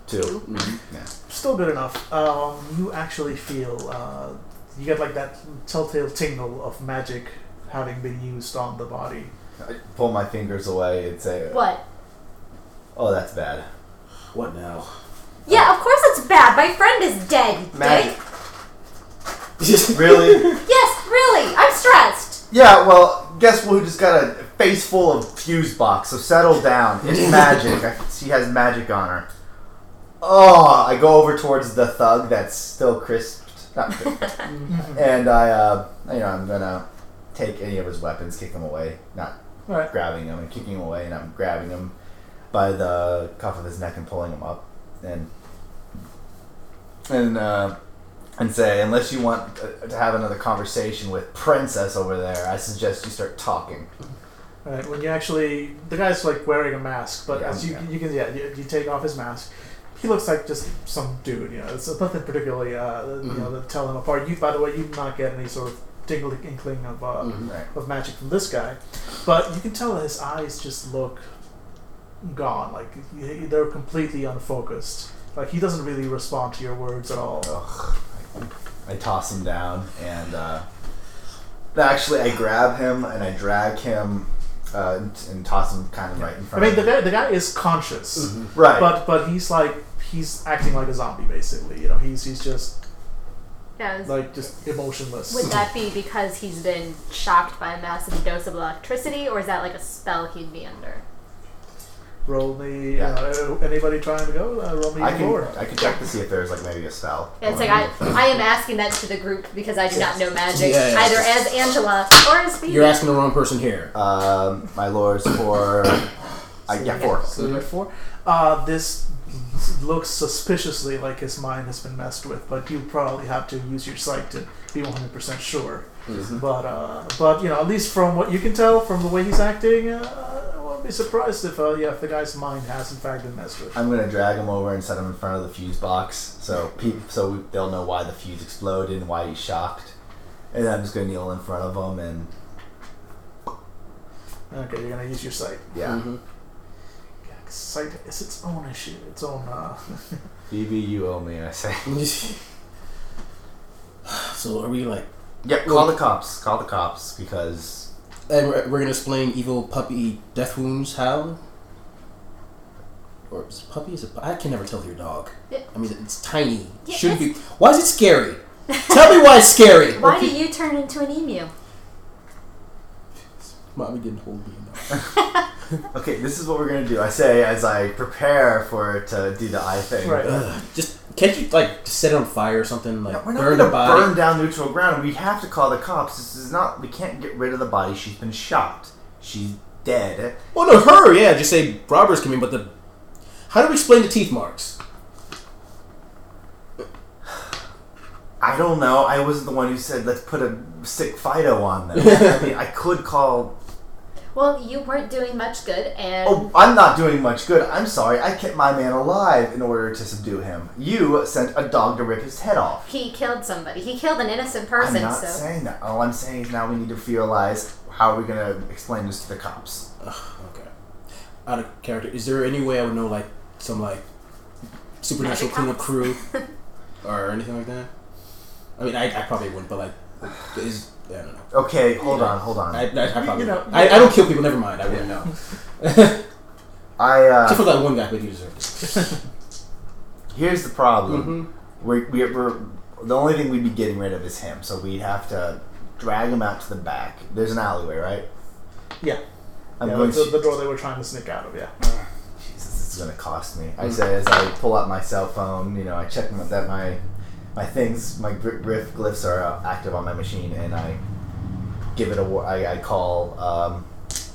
[SPEAKER 4] Two.
[SPEAKER 1] Mm-hmm.
[SPEAKER 4] Yeah.
[SPEAKER 2] still good enough. Um, you actually feel uh, you get like that telltale tingle of magic having been used on the body.
[SPEAKER 4] I pull my fingers away and say,
[SPEAKER 3] What?
[SPEAKER 4] "Oh, that's bad."
[SPEAKER 1] What now?
[SPEAKER 3] Yeah, of course it's bad. My friend is dead, you
[SPEAKER 4] Magic.
[SPEAKER 3] dick.
[SPEAKER 4] Really?
[SPEAKER 3] Yes, really. I'm stressed.
[SPEAKER 4] yeah. Well, guess who just got a face full of fuse box? So settle down. It's magic. I, she has magic on her. Oh, I go over towards the thug that's still crisped, not crisped, and I, uh, you know, I'm gonna take any of his weapons, kick them away, not
[SPEAKER 2] All right.
[SPEAKER 4] grabbing him and kicking him away, and I'm grabbing him by the cuff of his neck and pulling him up, and and uh, and say, unless you want uh, to have another conversation with Princess over there, I suggest you start talking.
[SPEAKER 2] Right, when you actually the guy's like wearing a mask, but
[SPEAKER 4] Yeah,
[SPEAKER 2] as you
[SPEAKER 4] yeah.
[SPEAKER 2] you can yeah you, you take off his mask, he looks like just some dude. You know, it's nothing particularly uh, you
[SPEAKER 4] Mm-hmm.
[SPEAKER 2] know that tell him apart. You by the way, you not get any sort of tingle inkling of uh,
[SPEAKER 1] Mhm.
[SPEAKER 4] Right.
[SPEAKER 2] of magic from this guy, but you can tell that his eyes just look gone. Like he- they're completely unfocused. Like he doesn't really respond to your words at all.
[SPEAKER 4] Ugh. I, I toss him down and uh, no, actually I grab him and I drag him uh, and, and toss him kind of right in
[SPEAKER 2] I
[SPEAKER 4] front
[SPEAKER 2] mean, the
[SPEAKER 4] of me.
[SPEAKER 2] guy the guy is conscious.
[SPEAKER 4] Right.
[SPEAKER 2] But but he's like he's acting like a zombie basically. You know, he's he's just
[SPEAKER 3] Yeah, it's-
[SPEAKER 2] like just emotionless.
[SPEAKER 3] Would that be because he's been shocked by a massive dose of electricity, or is that like a spell he'd be under?
[SPEAKER 2] roll me.
[SPEAKER 4] Yeah.
[SPEAKER 2] Uh, anybody trying to go? Uh, roll me
[SPEAKER 4] I can
[SPEAKER 2] more.
[SPEAKER 4] I can check to see if there's like maybe a spell.
[SPEAKER 3] Yeah, it's like I, I am asking that to the group because I do not know magic
[SPEAKER 1] Yeah, yeah.
[SPEAKER 3] either as Angela or as Phoebe.
[SPEAKER 1] You're asking the wrong person here.
[SPEAKER 4] Um, my lures for I yeah four. Mm-hmm.
[SPEAKER 2] So you got four. Uh, this looks suspiciously like his mind has been messed with, but you probably have to use your sight to be 100% sure.
[SPEAKER 4] Mm-hmm.
[SPEAKER 2] But uh, but you know, at least from what you can tell from the way he's acting, uh, I wouldn't be surprised if uh, yeah, if the guy's mind has in fact been messed with.
[SPEAKER 4] I'm gonna drag him over and set him in front of the fuse box, so peop so we, they'll know why the fuse exploded and why he's shocked. And I'm just gonna kneel in front of him and
[SPEAKER 2] Okay, you're gonna use your sight.
[SPEAKER 4] yeah.
[SPEAKER 1] Mhm.
[SPEAKER 2] Yeah, 'cause sight is its own issue, its own uh,
[SPEAKER 4] Phoebe, you owe me. I say.
[SPEAKER 1] Mm-hmm. so are we like,
[SPEAKER 4] Yeah, call the cops. Call the cops because
[SPEAKER 1] and we're, we're gonna explain evil puppy death wounds how? Or is it puppy? Is it? pu- I can never tell if you're a dog.
[SPEAKER 3] Yeah.
[SPEAKER 1] I mean, it's tiny.
[SPEAKER 3] Yeah,
[SPEAKER 1] Shouldn't be. Why is it scary? tell me why it's scary.
[SPEAKER 3] Why do you turn into an emu?
[SPEAKER 1] Mommy didn't hold me enough.
[SPEAKER 4] okay, this is what we're gonna do. I say as I prepare for to do the eye thing.
[SPEAKER 2] right.
[SPEAKER 1] Ugh, just can't you like set it on fire or something? Like
[SPEAKER 4] No, we're not
[SPEAKER 1] burn the
[SPEAKER 4] gonna
[SPEAKER 1] body.
[SPEAKER 4] burn down neutral ground. We have to call the cops. This is not. We can't get rid of the body. She's been shot. She's dead.
[SPEAKER 1] Well, Oh, no, her, yeah. Just say robbers come in, but the. How do we explain the teeth marks?
[SPEAKER 4] I don't know. I wasn't the one who said let's put a sick Fido on them. I mean, I could call.
[SPEAKER 3] Well, you weren't doing much good, and
[SPEAKER 4] Oh, I'm not doing much good. I'm sorry. I kept my man alive in order to subdue him. You sent a dog to rip his head off.
[SPEAKER 3] he killed somebody. He killed an innocent
[SPEAKER 4] I'm
[SPEAKER 3] person.
[SPEAKER 4] not
[SPEAKER 3] so
[SPEAKER 4] saying that. All I'm saying is now we need to realize how are we going to explain this to the cops.
[SPEAKER 1] Okay. Out of character. Is there any way I would know, like, some, like, supernatural
[SPEAKER 3] Magic
[SPEAKER 1] cleanup
[SPEAKER 3] house.
[SPEAKER 1] crew or anything like that? I mean, I, I probably wouldn't, but, like, is. I don't know.
[SPEAKER 4] Okay, hold on, hold on.
[SPEAKER 1] I, I, I probably.
[SPEAKER 2] you know,
[SPEAKER 1] wouldn't. I, I don't kill people, never mind. I wouldn't know. Except
[SPEAKER 4] I uh,
[SPEAKER 1] for that one guy, but he deserved it.
[SPEAKER 4] here's the problem.
[SPEAKER 1] Mhm.
[SPEAKER 2] Mm-hmm.
[SPEAKER 4] We're, we're, we're the only thing we'd be getting rid of is him, so we'd have to drag him out to the back. There's an alleyway, right?
[SPEAKER 2] Yeah.
[SPEAKER 4] I'm
[SPEAKER 2] yeah,
[SPEAKER 4] going
[SPEAKER 2] the,
[SPEAKER 4] to-
[SPEAKER 2] the door they were trying to sneak out of, yeah.
[SPEAKER 4] Jesus, this is gonna cost me. I say as I pull out my cell phone. You know, I check my, that my my things, my gri- riff glyphs are uh, active on my machine, and I give it a. wa- I, I call um,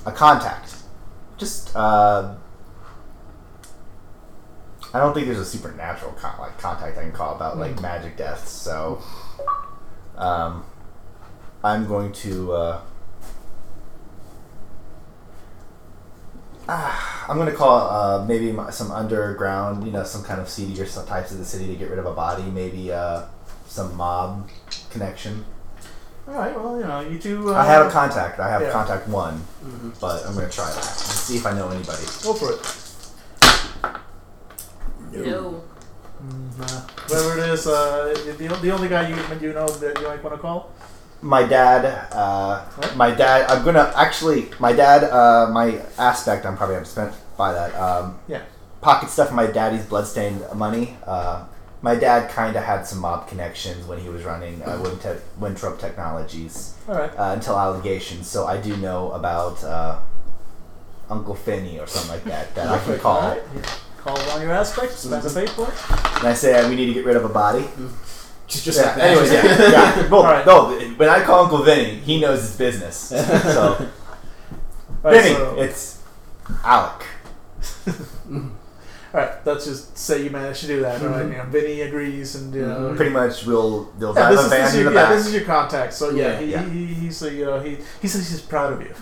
[SPEAKER 4] a contact. Just uh, I don't think there's a supernatural con- like contact I can call about like magic deaths. So um, I'm going to. Uh, Ah, I'm gonna call uh, maybe my, some underground, you know, some kind of city or some types of the city to get rid of a body. Maybe uh, some mob connection.
[SPEAKER 2] Alright, well, you know, you do. Uh,
[SPEAKER 4] I have a contact. I have
[SPEAKER 2] yeah. Mm-hmm.
[SPEAKER 4] contact one, but I'm gonna try that and see if I know anybody.
[SPEAKER 2] Go for it.
[SPEAKER 3] no.
[SPEAKER 2] Mm, uh, whoever it is, uh, the, the only guy you, you know that you might want to call?
[SPEAKER 4] My dad. Uh,
[SPEAKER 2] What?
[SPEAKER 4] my dad. I'm gonna actually. My dad. Uh, my aspect. I'm probably spent by that. Um,
[SPEAKER 2] Yeah.
[SPEAKER 4] pocket stuff. My daddy's bloodstained money. Uh, my dad kind of had some mob connections when he was running uh, Winthrop- Winthrop Technologies.
[SPEAKER 2] Alright.
[SPEAKER 4] uh, until allegations. So I do know about uh, Uncle Finny or something like that that I can call. Mm-hmm.
[SPEAKER 2] Alright, yeah. Call on your aspect, spend a fate point.
[SPEAKER 4] And I say we need to get rid of a body.
[SPEAKER 1] Just, just
[SPEAKER 4] Yeah.
[SPEAKER 1] like that.
[SPEAKER 4] Anyways, yeah, yeah. Well,
[SPEAKER 2] Alright.
[SPEAKER 4] no. When I call Uncle Vinny, he knows his business. So
[SPEAKER 2] Alright,
[SPEAKER 4] Vinny,
[SPEAKER 2] so-
[SPEAKER 4] it's Alec.
[SPEAKER 2] alright, let's just say you managed to do that, alright? You know, Vinny agrees and, you know.
[SPEAKER 4] Mm-hmm. Pretty much, we'll they'll
[SPEAKER 2] Yeah,
[SPEAKER 4] drive
[SPEAKER 2] this,
[SPEAKER 4] a
[SPEAKER 2] is,
[SPEAKER 4] van
[SPEAKER 2] this,
[SPEAKER 4] in
[SPEAKER 2] is
[SPEAKER 4] the
[SPEAKER 2] your, yeah,
[SPEAKER 4] back.
[SPEAKER 2] this is your contact, so yeah,
[SPEAKER 1] Yeah,
[SPEAKER 2] he,
[SPEAKER 4] yeah.
[SPEAKER 2] He, he, he's, uh, you know, he, he says he's proud of you.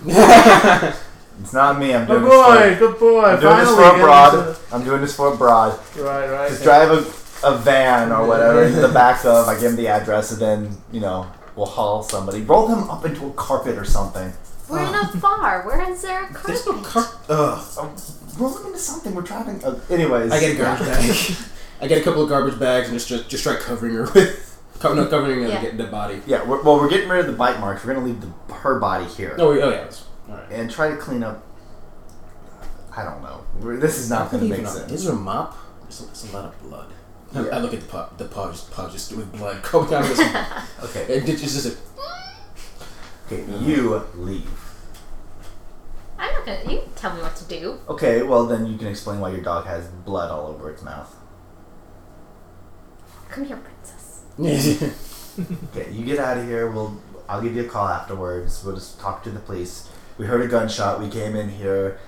[SPEAKER 4] It's not me. I'm
[SPEAKER 2] Good
[SPEAKER 4] doing
[SPEAKER 2] boy,
[SPEAKER 4] this
[SPEAKER 2] good boy.
[SPEAKER 4] for. I'm doing
[SPEAKER 2] Finally,
[SPEAKER 4] this for
[SPEAKER 2] get
[SPEAKER 4] abroad. I'm doing this for abroad.
[SPEAKER 2] into- Right, right.
[SPEAKER 4] Just drive a, a van or whatever into the back of. I give him the address, and then you know we'll haul somebody. Roll him up into a carpet or something.
[SPEAKER 3] We're in a bar. Where is there a carpet?
[SPEAKER 1] There's no car. Ugh.
[SPEAKER 4] So, roll him into something. We're driving. Uh, anyways,
[SPEAKER 1] I get a garbage
[SPEAKER 4] yeah.
[SPEAKER 1] bag. I get a couple of garbage bags and just just, just try covering her with, co- no, covering her
[SPEAKER 3] Yeah.
[SPEAKER 1] and getting the body.
[SPEAKER 4] Yeah, we're, well, we're getting rid of the bite marks. We're gonna leave the, her body here
[SPEAKER 1] No, we, oh yeah. it's- All right.
[SPEAKER 4] and try to clean up. I don't know. We're, this is not
[SPEAKER 1] I
[SPEAKER 4] gonna
[SPEAKER 1] think
[SPEAKER 4] make
[SPEAKER 1] even on-
[SPEAKER 4] sense.
[SPEAKER 1] Is there a mop? There's a, there's a lot of blood. I-
[SPEAKER 4] Yeah.
[SPEAKER 1] I look at the pub. The pub just pub just with blood coming out of this. and
[SPEAKER 4] Okay,
[SPEAKER 1] it's just a,
[SPEAKER 4] okay, you leave.
[SPEAKER 3] I'm not gonna. You tell me what to do.
[SPEAKER 4] Okay, well then you can explain why your dog has blood all over its mouth.
[SPEAKER 3] Come here, princess.
[SPEAKER 1] yeah.
[SPEAKER 4] Okay, you get out of here. We'll I'll give you a call afterwards. We'll just talk to the police. We heard a gunshot. We came in here.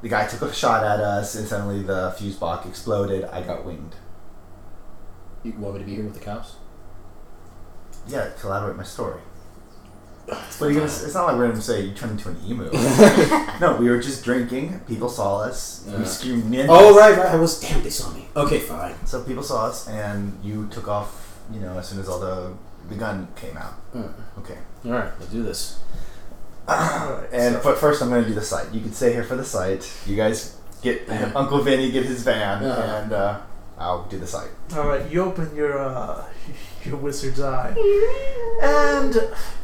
[SPEAKER 4] The guy took a shot at us, and suddenly the fuse box exploded. I got winged.
[SPEAKER 1] You want me to be here with the cops?
[SPEAKER 4] Yeah, to elaborate my story. What are you gonna? s- It's not like we're gonna say you turned into an emu. no, we were just drinking. People saw us.
[SPEAKER 1] Yeah.
[SPEAKER 4] We screamed. "Ninjas."
[SPEAKER 1] Oh right, right. I was damn. They saw me. Okay, fine.
[SPEAKER 4] So people saw us, and you took off. You know, as soon as all the the gun came out.
[SPEAKER 1] Mm.
[SPEAKER 4] Okay.
[SPEAKER 1] All right, let's do this.
[SPEAKER 2] Alright,
[SPEAKER 4] And
[SPEAKER 2] so-
[SPEAKER 4] but first, I'm going to do the site. You can stay here for the site. You guys get Uncle Vinny get his van,
[SPEAKER 1] Yeah.
[SPEAKER 4] and uh, I'll do the site.
[SPEAKER 2] All right, you open your uh, your wizard's eye, and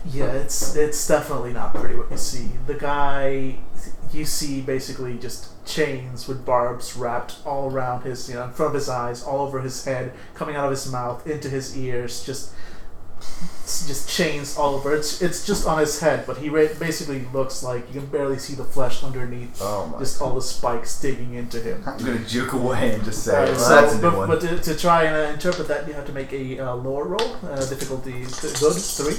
[SPEAKER 2] yeah, it's it's definitely not pretty what you see. The guy, you see basically just chains with barbs wrapped all around his, you know, in front of his eyes, all over his head, coming out of his mouth, into his ears, just it's just chains all over. It's it's just on his head, but he ra- basically looks like you can barely see the flesh underneath.
[SPEAKER 4] Oh my!
[SPEAKER 2] Just all the spikes digging into him.
[SPEAKER 4] I'm going to juke away and just say
[SPEAKER 2] Uh,
[SPEAKER 4] "Well,
[SPEAKER 2] so,
[SPEAKER 4] that's a
[SPEAKER 2] but,
[SPEAKER 4] new one.
[SPEAKER 2] but to, to try and uh, interpret that, you have to make a uh, lore roll. Uh, difficulty th- good three.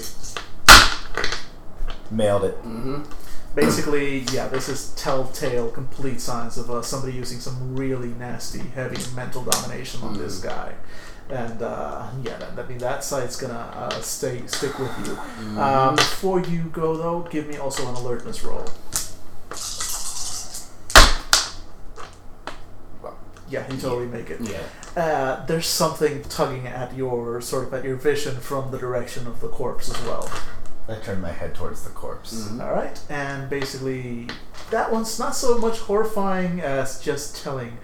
[SPEAKER 4] Mailed it.
[SPEAKER 1] Mm-hmm.
[SPEAKER 2] Basically, yeah, this is telltale, complete signs of uh, somebody using some really nasty, heavy mental domination on
[SPEAKER 4] Mm.
[SPEAKER 2] this guy. And uh, yeah, that, that mean that site's gonna uh, stay stick with you.
[SPEAKER 1] Mm-hmm.
[SPEAKER 4] Mm-hmm. Um,
[SPEAKER 2] Uh, before you go though, give me also an alertness roll. Yeah, you totally make it.
[SPEAKER 1] Yeah.
[SPEAKER 2] Uh, there's something tugging at your sort of at your vision from the direction of the corpse as well.
[SPEAKER 4] I turned my head towards the corpse.
[SPEAKER 1] Mhm.
[SPEAKER 2] All right, and basically that one's not so much horrifying as just telling.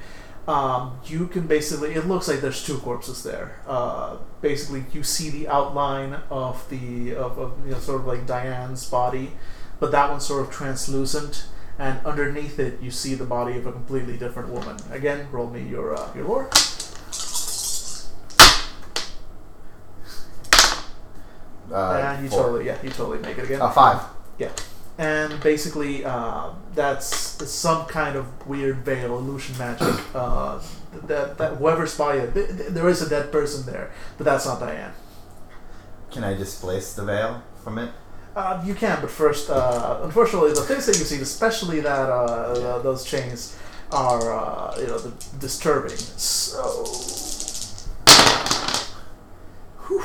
[SPEAKER 2] Um, you can basically it looks like there's two corpses there. Uh, basically, you see the outline of the of, of you know sort of like Diane's body, but that one's sort of translucent, and underneath it you see the body of a completely different woman. Again, roll me your uh, your lore.
[SPEAKER 4] Uh,
[SPEAKER 2] and you
[SPEAKER 4] four.
[SPEAKER 2] totally yeah you totally make it again.
[SPEAKER 4] Uh, five.
[SPEAKER 2] and basically um, that's some kind of weird veil illusion magic. Uh, that that whoever's by it, th- th- there is a dead person there, but that's not Diane.
[SPEAKER 4] Can I displace the veil from it?
[SPEAKER 2] Uh, you can, but first, uh, unfortunately, the things that you've seen, especially that uh, th- those chains, are uh, you know the disturbing. So. Whew.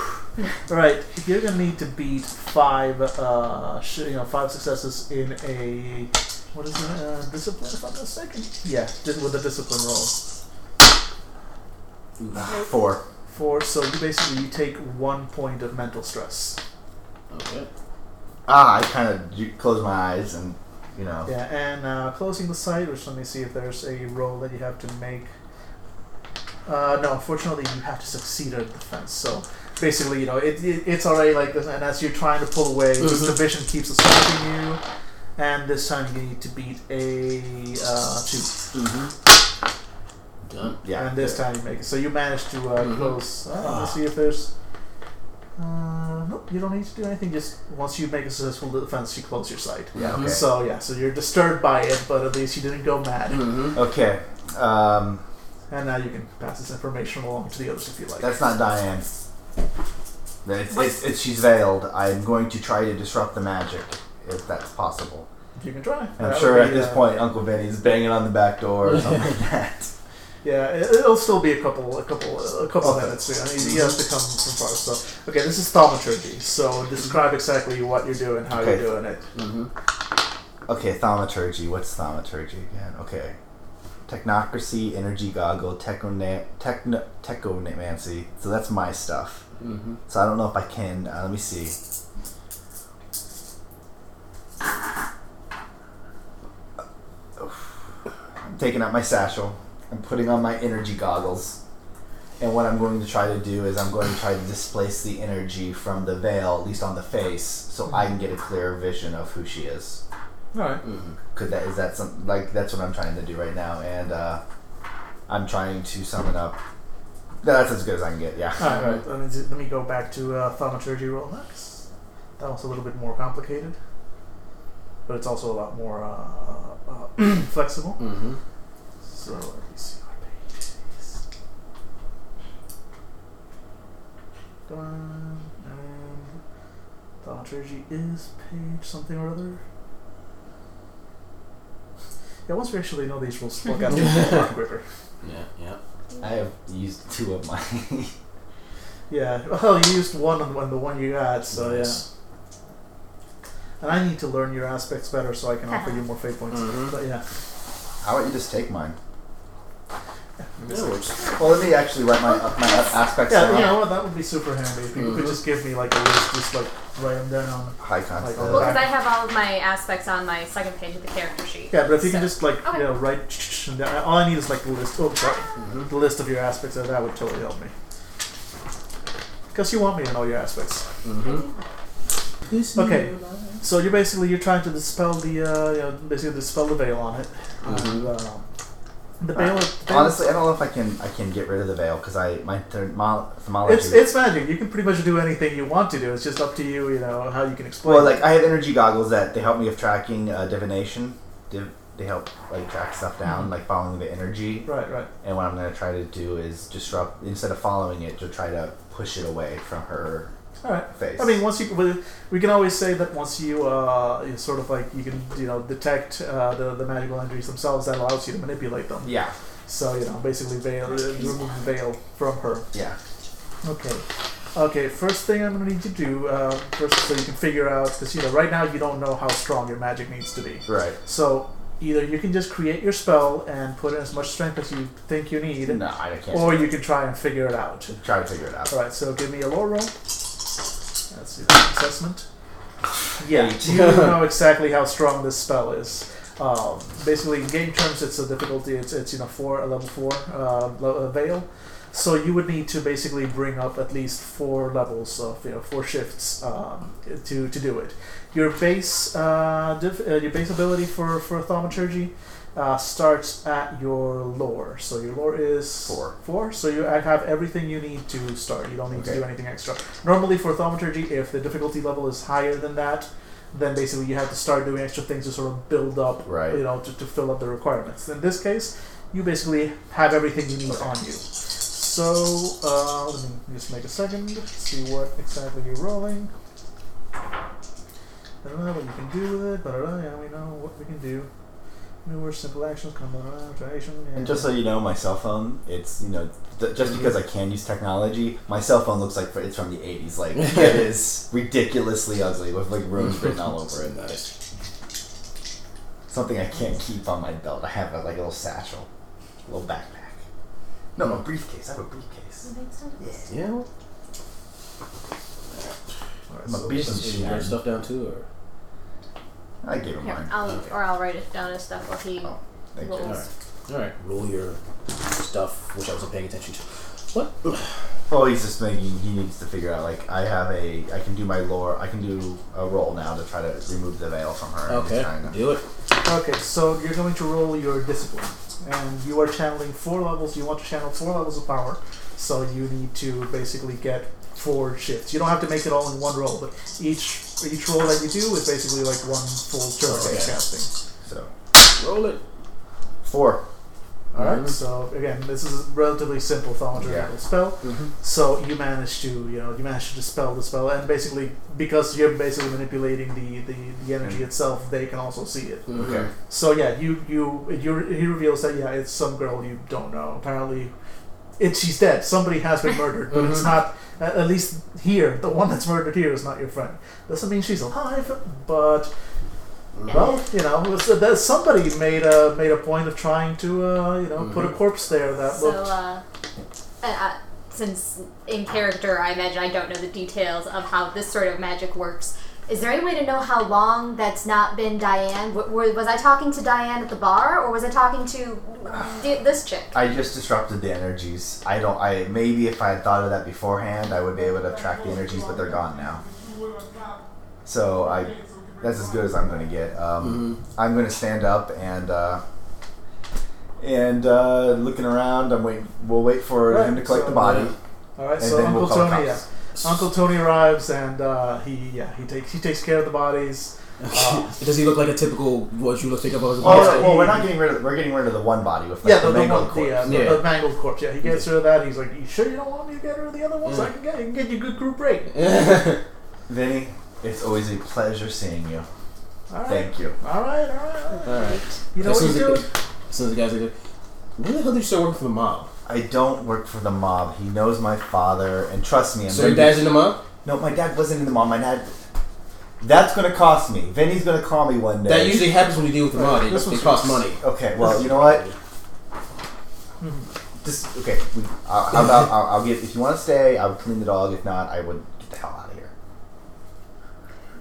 [SPEAKER 2] All right, you're gonna need to beat five, uh, sh- you know, five successes in a what is it? Uh, discipline, if I'm not mistaken. Yeah, di- with a discipline roll.
[SPEAKER 4] Ah, Four.
[SPEAKER 2] Four. So you basically you take one point of mental stress.
[SPEAKER 1] Okay.
[SPEAKER 4] Ah, I kind of ju- closed my eyes and you know.
[SPEAKER 2] Yeah, and uh, closing the site, which let me see if there's a roll that you have to make. Uh, no, unfortunately, you have to succeed at defense. So basically, you know, it, it, it's already like this, and as you're trying to pull away,
[SPEAKER 4] Mm-hmm.
[SPEAKER 2] just the
[SPEAKER 1] Mhm.
[SPEAKER 2] vision keeps escaping you. And this time, you need to beat a uh, two,
[SPEAKER 1] Mm-hmm. Done.
[SPEAKER 4] Yeah. Mm-hmm. Ah.
[SPEAKER 2] and this time you make it. So you manage to uh,
[SPEAKER 1] Mhm.
[SPEAKER 2] close. Uh, let's see if there's. Uh, nope, you don't need to do anything. Just once you make a successful defense, you close your site.
[SPEAKER 4] Yeah. Okay.
[SPEAKER 2] So yeah, so you're disturbed by it, but at least you didn't go mad.
[SPEAKER 1] Mm-hmm.
[SPEAKER 4] okay. Um,
[SPEAKER 2] And now you can pass this information along to the others if you like.
[SPEAKER 4] That's not Diane. It's, it's, it's, she's veiled. I'm going to try to disrupt the magic, if that's possible.
[SPEAKER 2] you can try.
[SPEAKER 4] I'm
[SPEAKER 2] That would
[SPEAKER 4] sure
[SPEAKER 2] be,
[SPEAKER 4] at this
[SPEAKER 2] uh,
[SPEAKER 4] point Uncle Vinny's banging on the back door or something like that.
[SPEAKER 2] Yeah, it, it'll still be a couple, a couple, a couple
[SPEAKER 4] Okay.
[SPEAKER 2] minutes. You know, he- he has to come from far. So okay, this is thaumaturgy. So describe exactly what you're doing, how
[SPEAKER 4] Okay.
[SPEAKER 2] you're doing it.
[SPEAKER 1] Mm-hmm.
[SPEAKER 4] Okay, thaumaturgy. What's thaumaturgy again? Okay. Technocracy, energy goggle, techno, techno, technomancy. So that's my stuff.
[SPEAKER 1] Mm-hmm.
[SPEAKER 4] So I don't know if I can. Uh, let me see. I'm taking out my satchel. I'm putting on my energy goggles. And what I'm going to try to do is I'm going to try to displace the energy from the veil, at least on the face, so I can get a clearer vision of who she is.
[SPEAKER 2] All right.
[SPEAKER 4] Mm. Could that is that some like that's what I'm trying to do right now, and uh, I'm trying to summon up. That's as good as I can get. Yeah.
[SPEAKER 2] All right. Let, me, let me go back to uh, thaumaturgy roll next. That one's a little bit more complicated, but it's also a lot more uh, uh, flexible.
[SPEAKER 1] Mm-hmm.
[SPEAKER 2] So let me see what page it is. Come on, and thaumaturgy is page something or other. Yeah, once we actually know these rules, we'll get them a lot quicker.
[SPEAKER 1] Yeah, yeah.
[SPEAKER 4] I uh, have used two of mine.
[SPEAKER 2] Yeah, well, you used one on on the one you got, so yeah. And I need to learn your aspects better so I can offer you more fate points.
[SPEAKER 1] Mhm.
[SPEAKER 4] Mm-hmm.
[SPEAKER 2] But yeah.
[SPEAKER 4] How about you just take mine?
[SPEAKER 1] That works.
[SPEAKER 4] Well, let me actually write my up my up aspects
[SPEAKER 2] Yeah,
[SPEAKER 4] down.
[SPEAKER 2] you know what? That would be super handy if you could
[SPEAKER 1] Mhm.
[SPEAKER 2] just give me like a list, just like write them down.
[SPEAKER 4] High concept.
[SPEAKER 2] Like,
[SPEAKER 3] Well, because I have all of my aspects on my second page of the character sheet.
[SPEAKER 2] Yeah, but if you can
[SPEAKER 3] So-
[SPEAKER 2] just like
[SPEAKER 3] Okay.
[SPEAKER 2] you know write and down, all I need is like the list. Oh, sorry,
[SPEAKER 1] Mhm.
[SPEAKER 2] the list of your aspects. and That would totally help me. Because you want me to know your aspects.
[SPEAKER 1] Mm-hmm.
[SPEAKER 2] Okay. So you're basically you're trying to dispel the uh, you know basically dispel the veil on it. Um,
[SPEAKER 1] Mhm.
[SPEAKER 2] the veil. the veil-
[SPEAKER 4] Mm-hmm. Honestly, I don't know if I can I can get rid of the veil because I my thermo- thermology.
[SPEAKER 2] It's, it's magic. You can pretty much do anything you want to do. It's just up to you, you know, how you can explain.
[SPEAKER 4] well,
[SPEAKER 2] it.
[SPEAKER 4] like I have energy goggles that they help me with tracking uh, divination. Div- they help like track stuff down,
[SPEAKER 2] Mhm.
[SPEAKER 4] like following the energy.
[SPEAKER 2] right, right.
[SPEAKER 4] And what I'm gonna try to do is disrupt instead of following it, to try to push it away from her
[SPEAKER 2] All right.
[SPEAKER 4] face.
[SPEAKER 2] I mean, once you we- we can always say that once you uh, you sort of like you can you know detect uh, the the magical energies themselves, that allows you to manipulate them.
[SPEAKER 4] yeah,
[SPEAKER 2] So you know, basically veil uh, remove the veil from her.
[SPEAKER 4] yeah.
[SPEAKER 2] Okay. Okay. First thing I'm gonna need you to do uh, first, so you can figure out because you know right now you don't know how strong your magic needs to be.
[SPEAKER 4] Right.
[SPEAKER 2] So either you can just create your spell and put in as much strength as you think you need.
[SPEAKER 4] No, I can't.
[SPEAKER 2] Or you can try and figure it out.
[SPEAKER 4] try to figure it out.
[SPEAKER 2] Alright, so give me a lore roll. Let's see the assessment. Yeah,
[SPEAKER 4] Eight.
[SPEAKER 2] you know exactly how strong this spell is. Um, basically, in game terms, it's a difficulty. It's, it's you know four, a level four uh, lo- uh, veil. So you would need to basically bring up at least four levels of you know four shifts um, to, to do it. Your base uh, diff, uh, your base ability for for thaumaturgy uh, starts at your lore. So your lore is
[SPEAKER 4] Four.
[SPEAKER 2] Four. So you have everything you need to start. You don't need to
[SPEAKER 4] Okay.
[SPEAKER 2] do anything extra. Normally for thaumaturgy, if the difficulty level is higher than that, then basically you have to start doing extra things to sort of build up,
[SPEAKER 4] Right.
[SPEAKER 2] you know, to, to fill up the requirements. In this case, you basically have everything you need on you. So uh, let me just make a second, see what exactly you're rolling. I don't know what you can do with it, but uh, yeah, we know what we can do. Newer simple actions, combo, alteration, and,
[SPEAKER 4] And just so you know, my cell phone, it's, you know, th- just because I can use technology, my cell phone looks like it's from the 80s. Like, it is ridiculously ugly with, like, runes written all over it.
[SPEAKER 1] Nice.
[SPEAKER 4] Something I can't keep on my belt. I have, a, like, a little satchel, a little backpack. No, a briefcase. I have a briefcase. Yeah.
[SPEAKER 1] Yeah. well,
[SPEAKER 2] Alright,
[SPEAKER 4] I'm a
[SPEAKER 2] so-
[SPEAKER 4] business
[SPEAKER 1] Did you write
[SPEAKER 4] man.
[SPEAKER 1] stuff down too, or?
[SPEAKER 4] I gave him
[SPEAKER 3] Here,
[SPEAKER 4] mine.
[SPEAKER 3] I'll
[SPEAKER 1] Okay.
[SPEAKER 3] or I'll write it down as stuff while he
[SPEAKER 4] Oh, Thank you.
[SPEAKER 3] rolls.
[SPEAKER 1] Alright. All right. Roll your stuff, which I wasn't paying attention to. What?
[SPEAKER 4] Well, he's just making, he needs to figure out, like, I have a, I can do my lore, I can do a roll now to try to remove the veil from her.
[SPEAKER 1] Okay.
[SPEAKER 4] China.
[SPEAKER 1] Do it.
[SPEAKER 2] Okay, so you're going to roll your discipline, and you are channeling four levels. You want to channel four levels of power, so you need to basically get four shifts. You don't have to make it all in one roll, but each each roll that you do is basically like one full turn of
[SPEAKER 1] Okay.
[SPEAKER 2] casting.
[SPEAKER 4] So,
[SPEAKER 1] Roll it.
[SPEAKER 4] four.
[SPEAKER 2] All right.
[SPEAKER 1] Mhm.
[SPEAKER 2] So again, this is a relatively simple thaumaturgical
[SPEAKER 4] Yeah.
[SPEAKER 2] spell.
[SPEAKER 1] Mhm.
[SPEAKER 2] So you manage to you know you manage to dispel the spell, and basically because you're basically manipulating the the, the energy itself, they can also see it.
[SPEAKER 1] Mm-hmm.
[SPEAKER 4] Okay.
[SPEAKER 2] So yeah, you you you he reveals that yeah, it's some girl you don't know. Apparently, it she's dead. Somebody has been murdered, but it's
[SPEAKER 1] Mhm.
[SPEAKER 2] not
[SPEAKER 4] Mm-hmm.
[SPEAKER 2] at at least here. The one that's murdered here is not your friend. Doesn't mean she's alive, but Well, you know, it was- that somebody made a made a point of trying to, uh, you know, put
[SPEAKER 4] Mm-hmm.
[SPEAKER 2] a corpse there that
[SPEAKER 3] So,
[SPEAKER 2] looked.
[SPEAKER 3] uh, uh, uh, since in character, I imagine I don't know the details of how this sort of magic works. Is there any way to know how long that's not been Diane? W- were, was I talking to Diane at the bar, or was I talking to di- this chick?
[SPEAKER 4] I just disrupted the energies. I don't. I maybe if I had thought of that beforehand, I would be able to track the energies, but they're gone now. So I, that's as good as I'm gonna get. Um, I'm gonna stand up and uh, and uh, looking around. I'm waiting. We'll wait for
[SPEAKER 2] Right,
[SPEAKER 4] him to collect
[SPEAKER 2] so,
[SPEAKER 4] the body,
[SPEAKER 1] uh,
[SPEAKER 2] All right,
[SPEAKER 4] and
[SPEAKER 2] so
[SPEAKER 4] then
[SPEAKER 2] Uncle
[SPEAKER 4] we'll call
[SPEAKER 2] Tony,
[SPEAKER 4] the
[SPEAKER 2] yeah,
[SPEAKER 4] cops.
[SPEAKER 2] Uncle Tony arrives and uh, he, yeah, he takes he takes care of the bodies. Uh,
[SPEAKER 1] Does he look like a typical what you look think of as a
[SPEAKER 4] Oh,
[SPEAKER 1] monster?
[SPEAKER 2] Yeah,
[SPEAKER 4] well,
[SPEAKER 2] he-
[SPEAKER 4] we're not getting rid of. We're getting rid of the one body with like,
[SPEAKER 2] yeah,
[SPEAKER 4] the,
[SPEAKER 2] the, the, one,
[SPEAKER 4] mangled
[SPEAKER 2] the, uh,
[SPEAKER 4] corpse.
[SPEAKER 2] the-
[SPEAKER 1] Yeah.
[SPEAKER 2] the mangled corpse. Yeah, he gets rid of that. He's like, "You sure you don't want me to get rid of the other ones?
[SPEAKER 4] Mm.
[SPEAKER 1] Yeah.
[SPEAKER 2] I can get, I can get you a good group rate."
[SPEAKER 4] Vinny, it's always a pleasure seeing you.
[SPEAKER 2] All right,
[SPEAKER 4] Thank you.
[SPEAKER 2] all right, all right. All right.
[SPEAKER 1] All right.
[SPEAKER 2] You know
[SPEAKER 1] As
[SPEAKER 2] what
[SPEAKER 1] soon
[SPEAKER 2] you
[SPEAKER 1] as
[SPEAKER 2] do?
[SPEAKER 1] it- as soon as the guys are good. Where the hell do you still work for the mob?
[SPEAKER 4] I don't work for the mob. He knows my father, and trust me, I'm
[SPEAKER 1] So
[SPEAKER 4] gonna
[SPEAKER 1] your
[SPEAKER 4] be
[SPEAKER 1] dad's in the mob?
[SPEAKER 4] No, my dad wasn't in the mall. My dad. That's gonna cost me. Vinny's gonna call me one day.
[SPEAKER 1] That usually happens when you deal with the mob. They,
[SPEAKER 2] This
[SPEAKER 1] they
[SPEAKER 2] one's-
[SPEAKER 1] cost money.
[SPEAKER 4] Okay. Well, you know what? Just okay. We, I'll, how about I'll, I'll get. If you want to stay, I'll clean the dog. If not, I would get the hell out of here.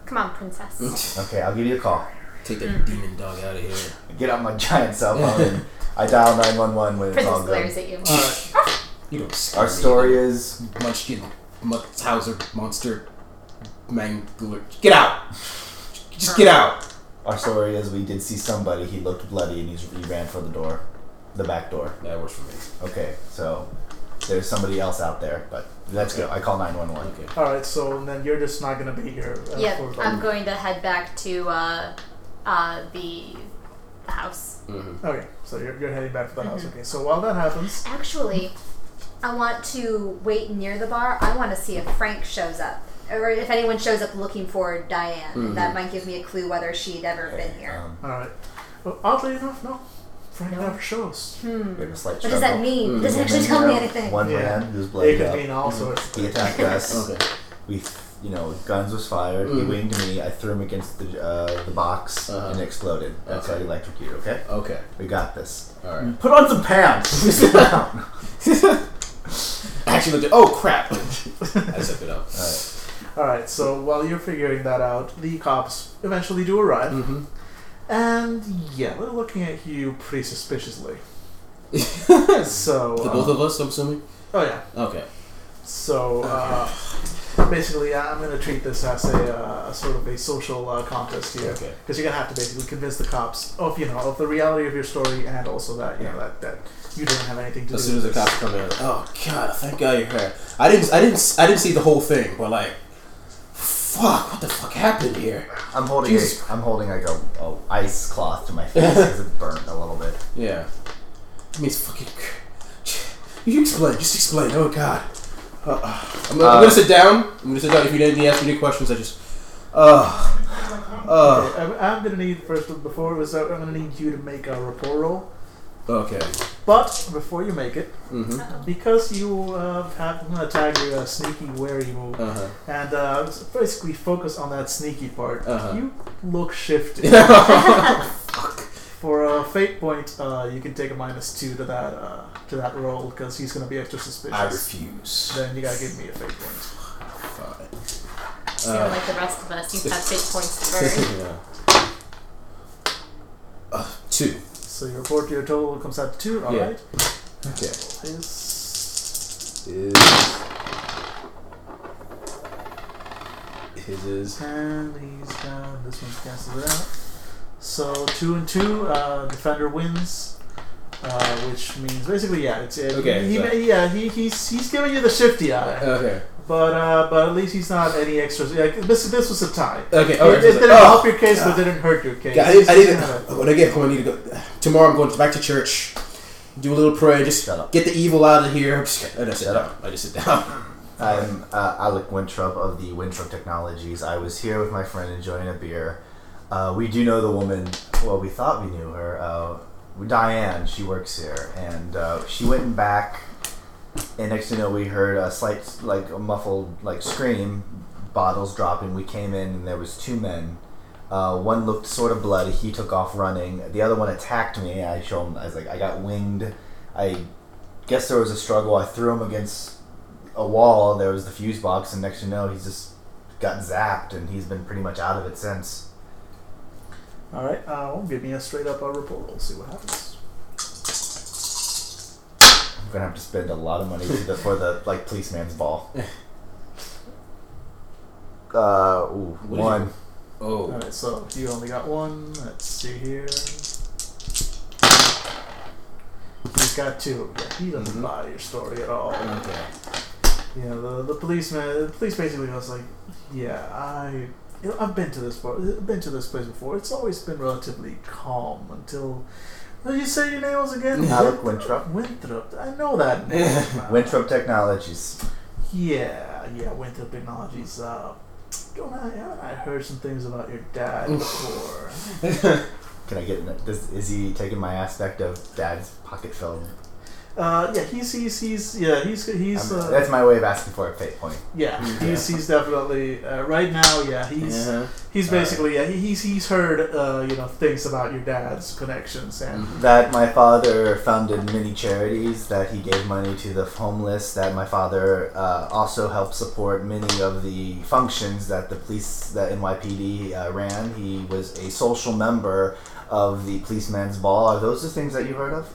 [SPEAKER 3] Come on, princess.
[SPEAKER 4] Okay, I'll give you a call.
[SPEAKER 1] Take that demon dog out of here.
[SPEAKER 4] I get out my giant cell phone. and I dial nine one one when it's all
[SPEAKER 3] princess glares
[SPEAKER 4] good.
[SPEAKER 3] at you.
[SPEAKER 2] All right.
[SPEAKER 1] You don't scare
[SPEAKER 4] Our
[SPEAKER 1] me.
[SPEAKER 4] story is
[SPEAKER 1] Munchkin, Munchauser, monster, mangler. Get out! Just get out!
[SPEAKER 4] our story is we did see somebody. He looked bloody and he's, he ran for the door, the back door.
[SPEAKER 1] That works for me.
[SPEAKER 4] Okay, so there's somebody else out there, but let's go. I call nine one one.
[SPEAKER 1] Okay.
[SPEAKER 2] All right, so and then you're just not gonna be here. Uh,
[SPEAKER 3] Yep,
[SPEAKER 2] for the-
[SPEAKER 3] I'm going to head back to uh, uh, the the house.
[SPEAKER 2] Okay, so you're, you're heading back to the house. Okay, so while that happens,
[SPEAKER 3] Actually, I want to wait near the bar. I want to see if Frank shows up. Or if anyone shows up looking for Diane, that might give me a clue whether she'd ever been here.
[SPEAKER 4] Um,
[SPEAKER 2] all right. Well, oddly enough, no, Frank never shows.
[SPEAKER 4] we have a slight
[SPEAKER 3] Hmm. What does that
[SPEAKER 4] struggle.
[SPEAKER 3] mean? It doesn't actually tell me
[SPEAKER 4] Yeah.
[SPEAKER 3] anything.
[SPEAKER 4] Mm-hmm. One
[SPEAKER 2] Yeah.
[SPEAKER 4] man who's
[SPEAKER 2] It
[SPEAKER 4] bloodied
[SPEAKER 2] could
[SPEAKER 4] up.
[SPEAKER 2] mean all sorts.
[SPEAKER 4] He attacked us.
[SPEAKER 1] Okay.
[SPEAKER 4] We, you know, guns was fired. He winged me. I threw him against the uh, the box
[SPEAKER 1] Uh-huh.
[SPEAKER 4] and it exploded. That's how
[SPEAKER 1] Okay.
[SPEAKER 4] he electrocuted. Okay,
[SPEAKER 1] Okay.
[SPEAKER 4] we got this.
[SPEAKER 1] Alright.
[SPEAKER 4] Put on some pants. Sit down.
[SPEAKER 1] I actually looked at. Oh crap! I zipped it up.
[SPEAKER 4] Alright.
[SPEAKER 2] All right, so while you're figuring that out, the cops eventually do arrive,
[SPEAKER 1] Mhm.
[SPEAKER 2] and yeah, they're looking at you pretty suspiciously. So,
[SPEAKER 1] The
[SPEAKER 2] uh,
[SPEAKER 1] both of us, I'm assuming?
[SPEAKER 2] oh yeah.
[SPEAKER 1] Okay.
[SPEAKER 2] So uh, basically, I- I'm going to treat this as a uh, sort of a social uh, contest here,
[SPEAKER 1] Okay.
[SPEAKER 2] because you're going to have to basically convince the cops of you know of the reality of your story and also that you know that, that you didn't have anything to
[SPEAKER 1] As
[SPEAKER 2] do.
[SPEAKER 1] soon as the
[SPEAKER 2] with this.
[SPEAKER 1] cops come in, oh god, thank God you're here. I didn't, I didn't, I didn't see the whole thing, but like, fuck, what the fuck happened here?
[SPEAKER 4] I'm holding. A,
[SPEAKER 1] Jesus.
[SPEAKER 4] I'm holding like a, a ice cloth to my face because it burnt a little bit.
[SPEAKER 1] Yeah, I mean, it's fucking. You explain, just explain. Oh god, uh, uh, I'm, gonna- I'm
[SPEAKER 4] Uh,
[SPEAKER 1] gonna sit down. I'm gonna sit down. If you didn't ask me any questions, I just, uh, uh,
[SPEAKER 2] Okay, I'm, I'm going to need first of- before it was out, I'm going to need you to make a rapport roll.
[SPEAKER 1] okay.
[SPEAKER 2] But before you make it,
[SPEAKER 1] Mm-hmm.
[SPEAKER 2] because you uh, have I'm going to tag you a sneaky wary move
[SPEAKER 1] Uh
[SPEAKER 2] and uh, basically focus on that sneaky part.
[SPEAKER 1] Uh-huh.
[SPEAKER 2] You look shifted.
[SPEAKER 1] huh.
[SPEAKER 2] For a fate point, uh, you can take a minus two to that uh, to that roll because he's going to be extra suspicious.
[SPEAKER 1] I refuse.
[SPEAKER 2] Then you gotta give me a fate point.
[SPEAKER 1] Fine. Uh,
[SPEAKER 3] So
[SPEAKER 4] uh,
[SPEAKER 3] like the rest of us, you have fate points to burn.
[SPEAKER 1] yeah. Uh, two.
[SPEAKER 2] So your report, your total comes out to two. All
[SPEAKER 1] Yeah.
[SPEAKER 2] right.
[SPEAKER 1] Okay.
[SPEAKER 2] His
[SPEAKER 1] is his is
[SPEAKER 2] and he's down. This one's cancelled out. So two and two, uh, defender wins. Uh, which means basically, yeah, it's it.
[SPEAKER 1] Okay,
[SPEAKER 2] He,
[SPEAKER 1] so-
[SPEAKER 2] may, yeah, he, he's he's giving you the shifty eye,
[SPEAKER 1] okay.
[SPEAKER 2] but uh, but at least he's not any extra. Yeah, this this was a tie.
[SPEAKER 1] Okay. Oh.
[SPEAKER 2] It,
[SPEAKER 1] Okay.
[SPEAKER 2] it didn't help your case, but
[SPEAKER 1] God.
[SPEAKER 2] it didn't hurt your case.
[SPEAKER 1] I uh, didn't. I
[SPEAKER 2] He's
[SPEAKER 1] didn't
[SPEAKER 2] kind of-
[SPEAKER 1] when I get home, I need to go. Tomorrow, I'm going back to church. Do a little prayer. Just
[SPEAKER 4] Shut up.
[SPEAKER 1] get the evil out of here. I'm just, I just sit
[SPEAKER 4] Shut
[SPEAKER 1] down. I just sit down.
[SPEAKER 4] I'm uh, Alec Winthrop of the Winthrop Technologies. I was here with my friend enjoying a beer. Uh, we do know the woman. Well, we thought we knew her. Uh, Diane. She works here, and uh, she went back. And next thing you know, we heard a slight, like a muffled, like scream. Bottles dropping. We came in, and there was two men Uh, one looked sort of bloody. He took off running. The other one attacked me. I show him. I was like, I got winged. I guess there was a struggle. I threw him against a wall. There was the fuse box, and next you know, he's just got zapped, and he's been pretty much out of it since.
[SPEAKER 2] All right. Uh, well, give me a straight up uh, report roll. See what happens.
[SPEAKER 4] I'm gonna have to spend a lot of money to the, for the like policeman's ball. Uh, ooh,
[SPEAKER 1] What did
[SPEAKER 4] one.
[SPEAKER 1] you- Oh.
[SPEAKER 2] All right. So you only got one. Let's see here. He's got two. Yeah, he doesn't
[SPEAKER 1] Mhm.
[SPEAKER 2] buy your story at all.
[SPEAKER 1] Okay.
[SPEAKER 2] Yeah, the, the policeman, the police basically was like, yeah, I, you know, I've been to this bar, I've been to this place before. It's always been relatively calm until. Did you say your name was again?
[SPEAKER 4] Alec Winthrop.
[SPEAKER 2] Winthrop. I know that. name.
[SPEAKER 4] Winthrop Technologies.
[SPEAKER 2] Yeah, yeah, Winthrop Technologies. Uh, don't I? haven't I heard some things about your dad before.
[SPEAKER 4] Can I get in it? Does, is he taking my aspect of dad's pocket film?
[SPEAKER 2] Uh, yeah, he's he's he's yeah he's he's
[SPEAKER 4] I'm-
[SPEAKER 2] uh,
[SPEAKER 4] that's my way of asking for a fate point.
[SPEAKER 2] yeah
[SPEAKER 1] Yeah.
[SPEAKER 2] he's he's definitely uh, right now. Yeah, he's.
[SPEAKER 1] Yeah.
[SPEAKER 2] He's
[SPEAKER 4] All right.
[SPEAKER 2] basically yeah. He, he's he's heard uh, you know things about your dad's connections and
[SPEAKER 4] That my father founded many charities, that he gave money to the homeless, that my father uh, also helped support many of the functions that the police, that NYPD uh, ran. He was a social member of the policeman's ball. Are those the things that you heard of?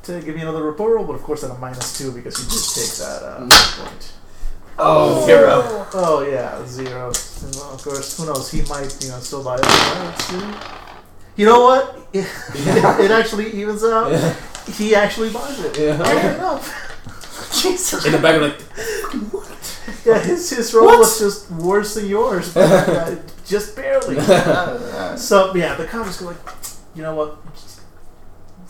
[SPEAKER 2] to give me another report roll, but of course at a minus two because you did take that uh, point.
[SPEAKER 4] Oh,
[SPEAKER 3] zero.
[SPEAKER 2] Oh yeah, zero. And, well, of course, who knows? He might you know still buy it. Uh, let's see. You know what? It, it actually evens out.
[SPEAKER 1] Yeah.
[SPEAKER 2] He actually buys it.
[SPEAKER 1] Yeah.
[SPEAKER 2] Fair enough.
[SPEAKER 1] In the back, I'm like,
[SPEAKER 2] Yeah, his, his roll
[SPEAKER 1] What?
[SPEAKER 2] was just worse than yours, but, uh, just barely.
[SPEAKER 4] Uh,
[SPEAKER 2] So yeah, the cops go like, you know what?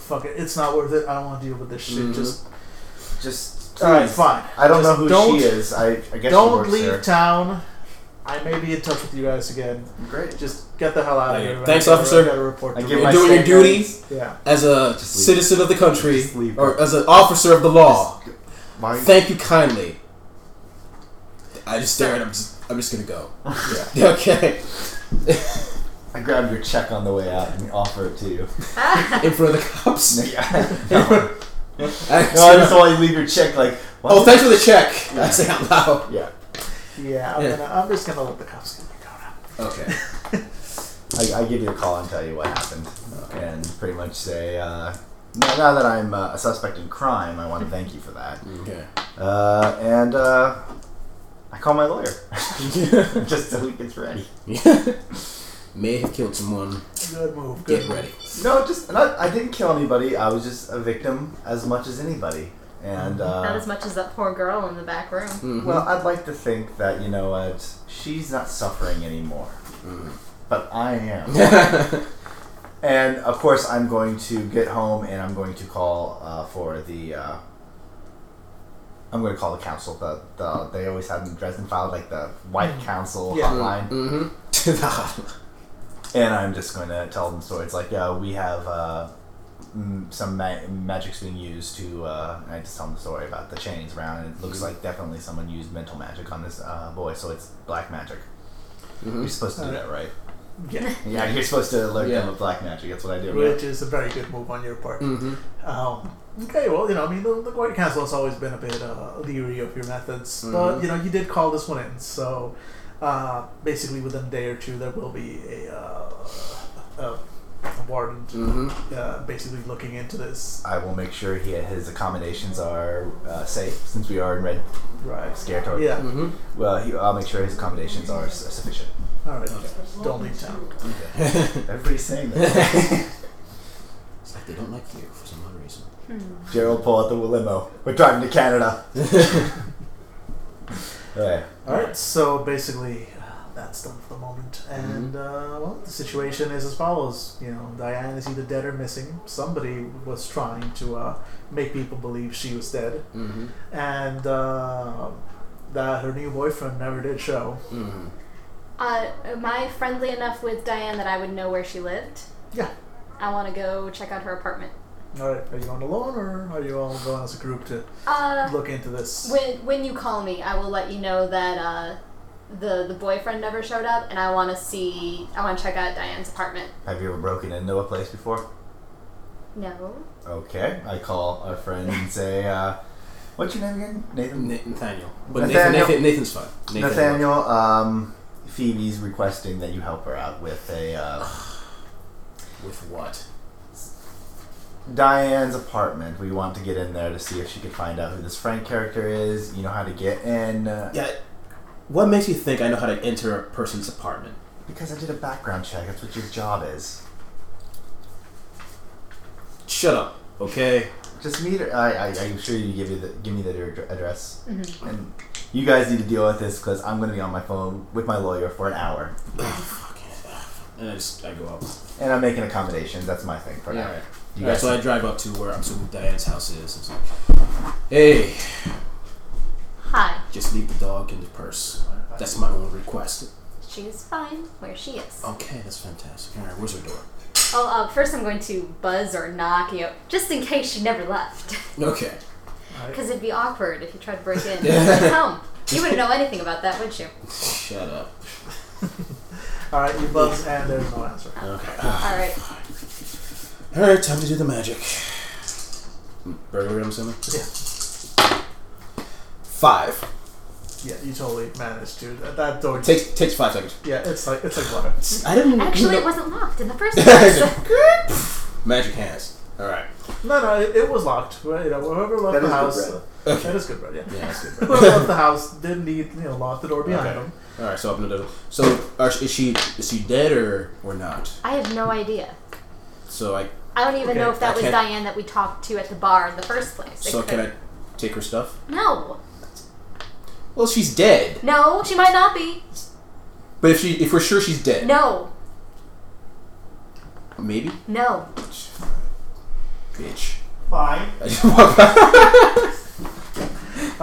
[SPEAKER 2] Fuck it, it's not worth it. I don't want to deal with this shit.
[SPEAKER 1] Mhm.
[SPEAKER 2] Just
[SPEAKER 4] Just
[SPEAKER 2] all right,
[SPEAKER 4] please.
[SPEAKER 2] fine.
[SPEAKER 4] I don't
[SPEAKER 2] Just
[SPEAKER 4] know who
[SPEAKER 2] don't,
[SPEAKER 4] she is. I, I guess she
[SPEAKER 2] Don't
[SPEAKER 4] works
[SPEAKER 2] leave
[SPEAKER 4] there.
[SPEAKER 2] town. I may be in touch with you guys again.
[SPEAKER 4] Great.
[SPEAKER 2] Just get the hell out of
[SPEAKER 1] Okay,
[SPEAKER 2] here.
[SPEAKER 1] thanks,
[SPEAKER 2] I gotta-
[SPEAKER 1] officer.
[SPEAKER 2] I gotta report
[SPEAKER 4] I
[SPEAKER 2] to
[SPEAKER 4] give
[SPEAKER 2] you.
[SPEAKER 1] you're
[SPEAKER 4] my
[SPEAKER 1] doing your
[SPEAKER 4] statement.
[SPEAKER 1] duty
[SPEAKER 2] Yeah.
[SPEAKER 1] as a
[SPEAKER 4] Just leave.
[SPEAKER 1] citizen of the country
[SPEAKER 4] Just leave.
[SPEAKER 1] or as an officer of the law.
[SPEAKER 4] Mine-
[SPEAKER 1] Thank you kindly. I just stare at him. Just, I'm just gonna go.
[SPEAKER 4] Yeah.
[SPEAKER 1] Okay.
[SPEAKER 4] I grabbed your check on the way out and offer it to you.
[SPEAKER 1] In front of the cops.
[SPEAKER 4] Yeah.
[SPEAKER 1] I-
[SPEAKER 4] no, I just want you to leave your check like. what?
[SPEAKER 1] oh, thanks for the check. I
[SPEAKER 4] Yeah.
[SPEAKER 1] say out loud.
[SPEAKER 4] Yeah.
[SPEAKER 2] Yeah, I'm,
[SPEAKER 1] Yeah.
[SPEAKER 2] Gonna, I'm just gonna let the cops get me down.
[SPEAKER 1] Okay.
[SPEAKER 4] I, I give you a call and tell you what happened, and pretty much say, uh, now now that I'm uh, a suspect in crime, I want to thank you for that.
[SPEAKER 1] Okay.
[SPEAKER 4] Uh, and uh, I call my lawyer just so he gets ready.
[SPEAKER 1] May have killed someone.
[SPEAKER 2] Good move. Good
[SPEAKER 1] Get
[SPEAKER 2] move.
[SPEAKER 1] ready.
[SPEAKER 4] No, just not, I didn't kill anybody. I was just a victim as much as anybody. And uh,
[SPEAKER 3] Not as much as Mm-hmm. that poor girl in the back room.
[SPEAKER 1] Mhm.
[SPEAKER 4] Well, I'd like to think that you know what she's not suffering anymore,
[SPEAKER 1] Mm-hmm.
[SPEAKER 4] but I am. and of course, I'm going to get home and I'm going to call uh, for the. Uh, I'm going to call the council. The, the they always have in Dresden filed like the white council
[SPEAKER 2] Yeah.
[SPEAKER 4] hotline,
[SPEAKER 1] mm-hmm.
[SPEAKER 4] and I'm just going to tell them the story. It's like, yeah, we have. Uh, mm, some ma- magic's being used to. Uh, and I just tell them the story about the chains around, and it looks like definitely someone used mental magic on this uh, boy, so it's black magic.
[SPEAKER 1] Mhm.
[SPEAKER 4] You're supposed to do that, right?
[SPEAKER 2] Yeah.
[SPEAKER 4] Yeah, you're supposed to alert
[SPEAKER 1] Yeah.
[SPEAKER 4] them with black magic. That's what I do.
[SPEAKER 2] Which is a very good move on your part.
[SPEAKER 1] Mm-hmm.
[SPEAKER 2] Um, okay, well, you know, I mean, the, the White Council has always been a bit uh, leery of your methods, but
[SPEAKER 1] Mhm.
[SPEAKER 2] you know, you did call this one in, so uh, basically within a day or two, there will be a, uh, a, a warden
[SPEAKER 1] Mm-hmm.
[SPEAKER 2] uh, basically looking into this.
[SPEAKER 4] I will make sure he, his accommodations are uh, safe since we are in red
[SPEAKER 2] Right.
[SPEAKER 4] scare territory.
[SPEAKER 2] Yeah.
[SPEAKER 1] Mm-hmm.
[SPEAKER 4] Well, he, I'll make sure his accommodations are s- sufficient.
[SPEAKER 2] All right. Don't leave town.
[SPEAKER 4] Everybody's saying that.
[SPEAKER 1] Mm-hmm. It's like they don't like you for some odd reason.
[SPEAKER 3] Hmm.
[SPEAKER 4] Gerald, pull out the limo. We're driving to Canada. okay.
[SPEAKER 2] All right. So basically, uh, that's done for the moment, and uh, well, the situation is as follows. You know, Diane is either dead or missing. Somebody was trying to uh, make people believe she was dead,
[SPEAKER 1] Mm-hmm.
[SPEAKER 2] and uh, that her new boyfriend never did show.
[SPEAKER 1] Mm-hmm.
[SPEAKER 3] Uh, am I friendly enough with Diane that I would know where she lived?
[SPEAKER 2] Yeah.
[SPEAKER 3] I want to go check out her apartment.
[SPEAKER 2] All right. Are you on alone, or are you all going as a group to
[SPEAKER 3] Uh,
[SPEAKER 2] look into this?
[SPEAKER 3] when when you call me, I will let you know that uh, the the boyfriend never showed up, and I want to see. I want to check out Diane's apartment.
[SPEAKER 4] Have you ever broken into a place before?
[SPEAKER 3] No.
[SPEAKER 4] Okay. I call our friend and say, uh, what's your name again? Nathan?
[SPEAKER 1] Na- Nathaniel. But Nathan,
[SPEAKER 4] Nathaniel.
[SPEAKER 1] Nathan, Nathan's fun. Nathan-
[SPEAKER 4] Nathaniel, um, Phoebe's requesting that you help her out with a, uh,
[SPEAKER 1] With what?
[SPEAKER 4] Diane's apartment. We want to get in there to see if she can find out who this Frank character is. You know how to get in. Uh,
[SPEAKER 1] Yeah. What makes you think I know how to enter a person's apartment?
[SPEAKER 4] Because I did a background check. That's what your job is.
[SPEAKER 1] Shut up. Okay.
[SPEAKER 4] Just meet her. I, I, I'm sure you give you the, give me the ad- address, and you guys need to deal with this because I'm going to be on my phone with my lawyer for an hour,
[SPEAKER 1] And I just I go up.
[SPEAKER 4] and I'm making accommodations. That's my thing for now.
[SPEAKER 1] Alright.
[SPEAKER 4] You
[SPEAKER 1] Alright,
[SPEAKER 4] guys,
[SPEAKER 1] so I drive up to where I'm assuming Diane's house is. It's like, hey,
[SPEAKER 3] Hi.
[SPEAKER 1] just leave the dog in the purse. That's my own request.
[SPEAKER 3] She's fine where she is. Oh,
[SPEAKER 1] Okay, that's fantastic. All right, where's her door?
[SPEAKER 3] uh, first I'm going to buzz or knock, you know, just in case she never left.
[SPEAKER 1] Okay.
[SPEAKER 2] Alright.
[SPEAKER 3] Because it'd be awkward if you tried to break in. Like, home. You wouldn't know anything about that, would you?
[SPEAKER 1] Shut up.
[SPEAKER 2] Alright, you buzz, and there's no answer.
[SPEAKER 1] Okay.
[SPEAKER 3] All right.
[SPEAKER 1] All right, time to do the magic. Burglary, I'm assuming.
[SPEAKER 2] Yeah.
[SPEAKER 1] Five.
[SPEAKER 2] Yeah, you totally managed to. That, that door.
[SPEAKER 1] Takes takes five seconds.
[SPEAKER 2] yeah, it's like it's like butter.
[SPEAKER 1] I didn't
[SPEAKER 3] Actually,
[SPEAKER 1] you
[SPEAKER 3] it
[SPEAKER 1] know-
[SPEAKER 3] wasn't locked in the first place.
[SPEAKER 1] magic hands. All right.
[SPEAKER 2] No, no, it, it was locked. Well, You know, whoever left
[SPEAKER 4] That
[SPEAKER 2] the
[SPEAKER 4] is good
[SPEAKER 2] house.
[SPEAKER 4] bread.
[SPEAKER 1] Okay.
[SPEAKER 2] That is good bread. Yeah.
[SPEAKER 1] Yeah, that's good.
[SPEAKER 2] Whoever left the house didn't need you know lock the door behind
[SPEAKER 1] Okay.
[SPEAKER 2] them.
[SPEAKER 1] All right, so open the door. So, are, is she is she dead or or not?
[SPEAKER 3] I have no idea.
[SPEAKER 1] So I
[SPEAKER 3] I don't even
[SPEAKER 2] Okay,
[SPEAKER 3] know if
[SPEAKER 1] I
[SPEAKER 3] that was
[SPEAKER 1] can't-
[SPEAKER 3] Diane that we talked to at the bar in the first place. It
[SPEAKER 1] so can I
[SPEAKER 3] could-
[SPEAKER 1] take her stuff?
[SPEAKER 3] No.
[SPEAKER 1] Well, she's dead.
[SPEAKER 3] No, she might not be.
[SPEAKER 1] But if she if we're sure she's dead,
[SPEAKER 3] No.
[SPEAKER 1] maybe.
[SPEAKER 3] No.
[SPEAKER 1] Bitch.
[SPEAKER 2] Fine.
[SPEAKER 1] I just walk by.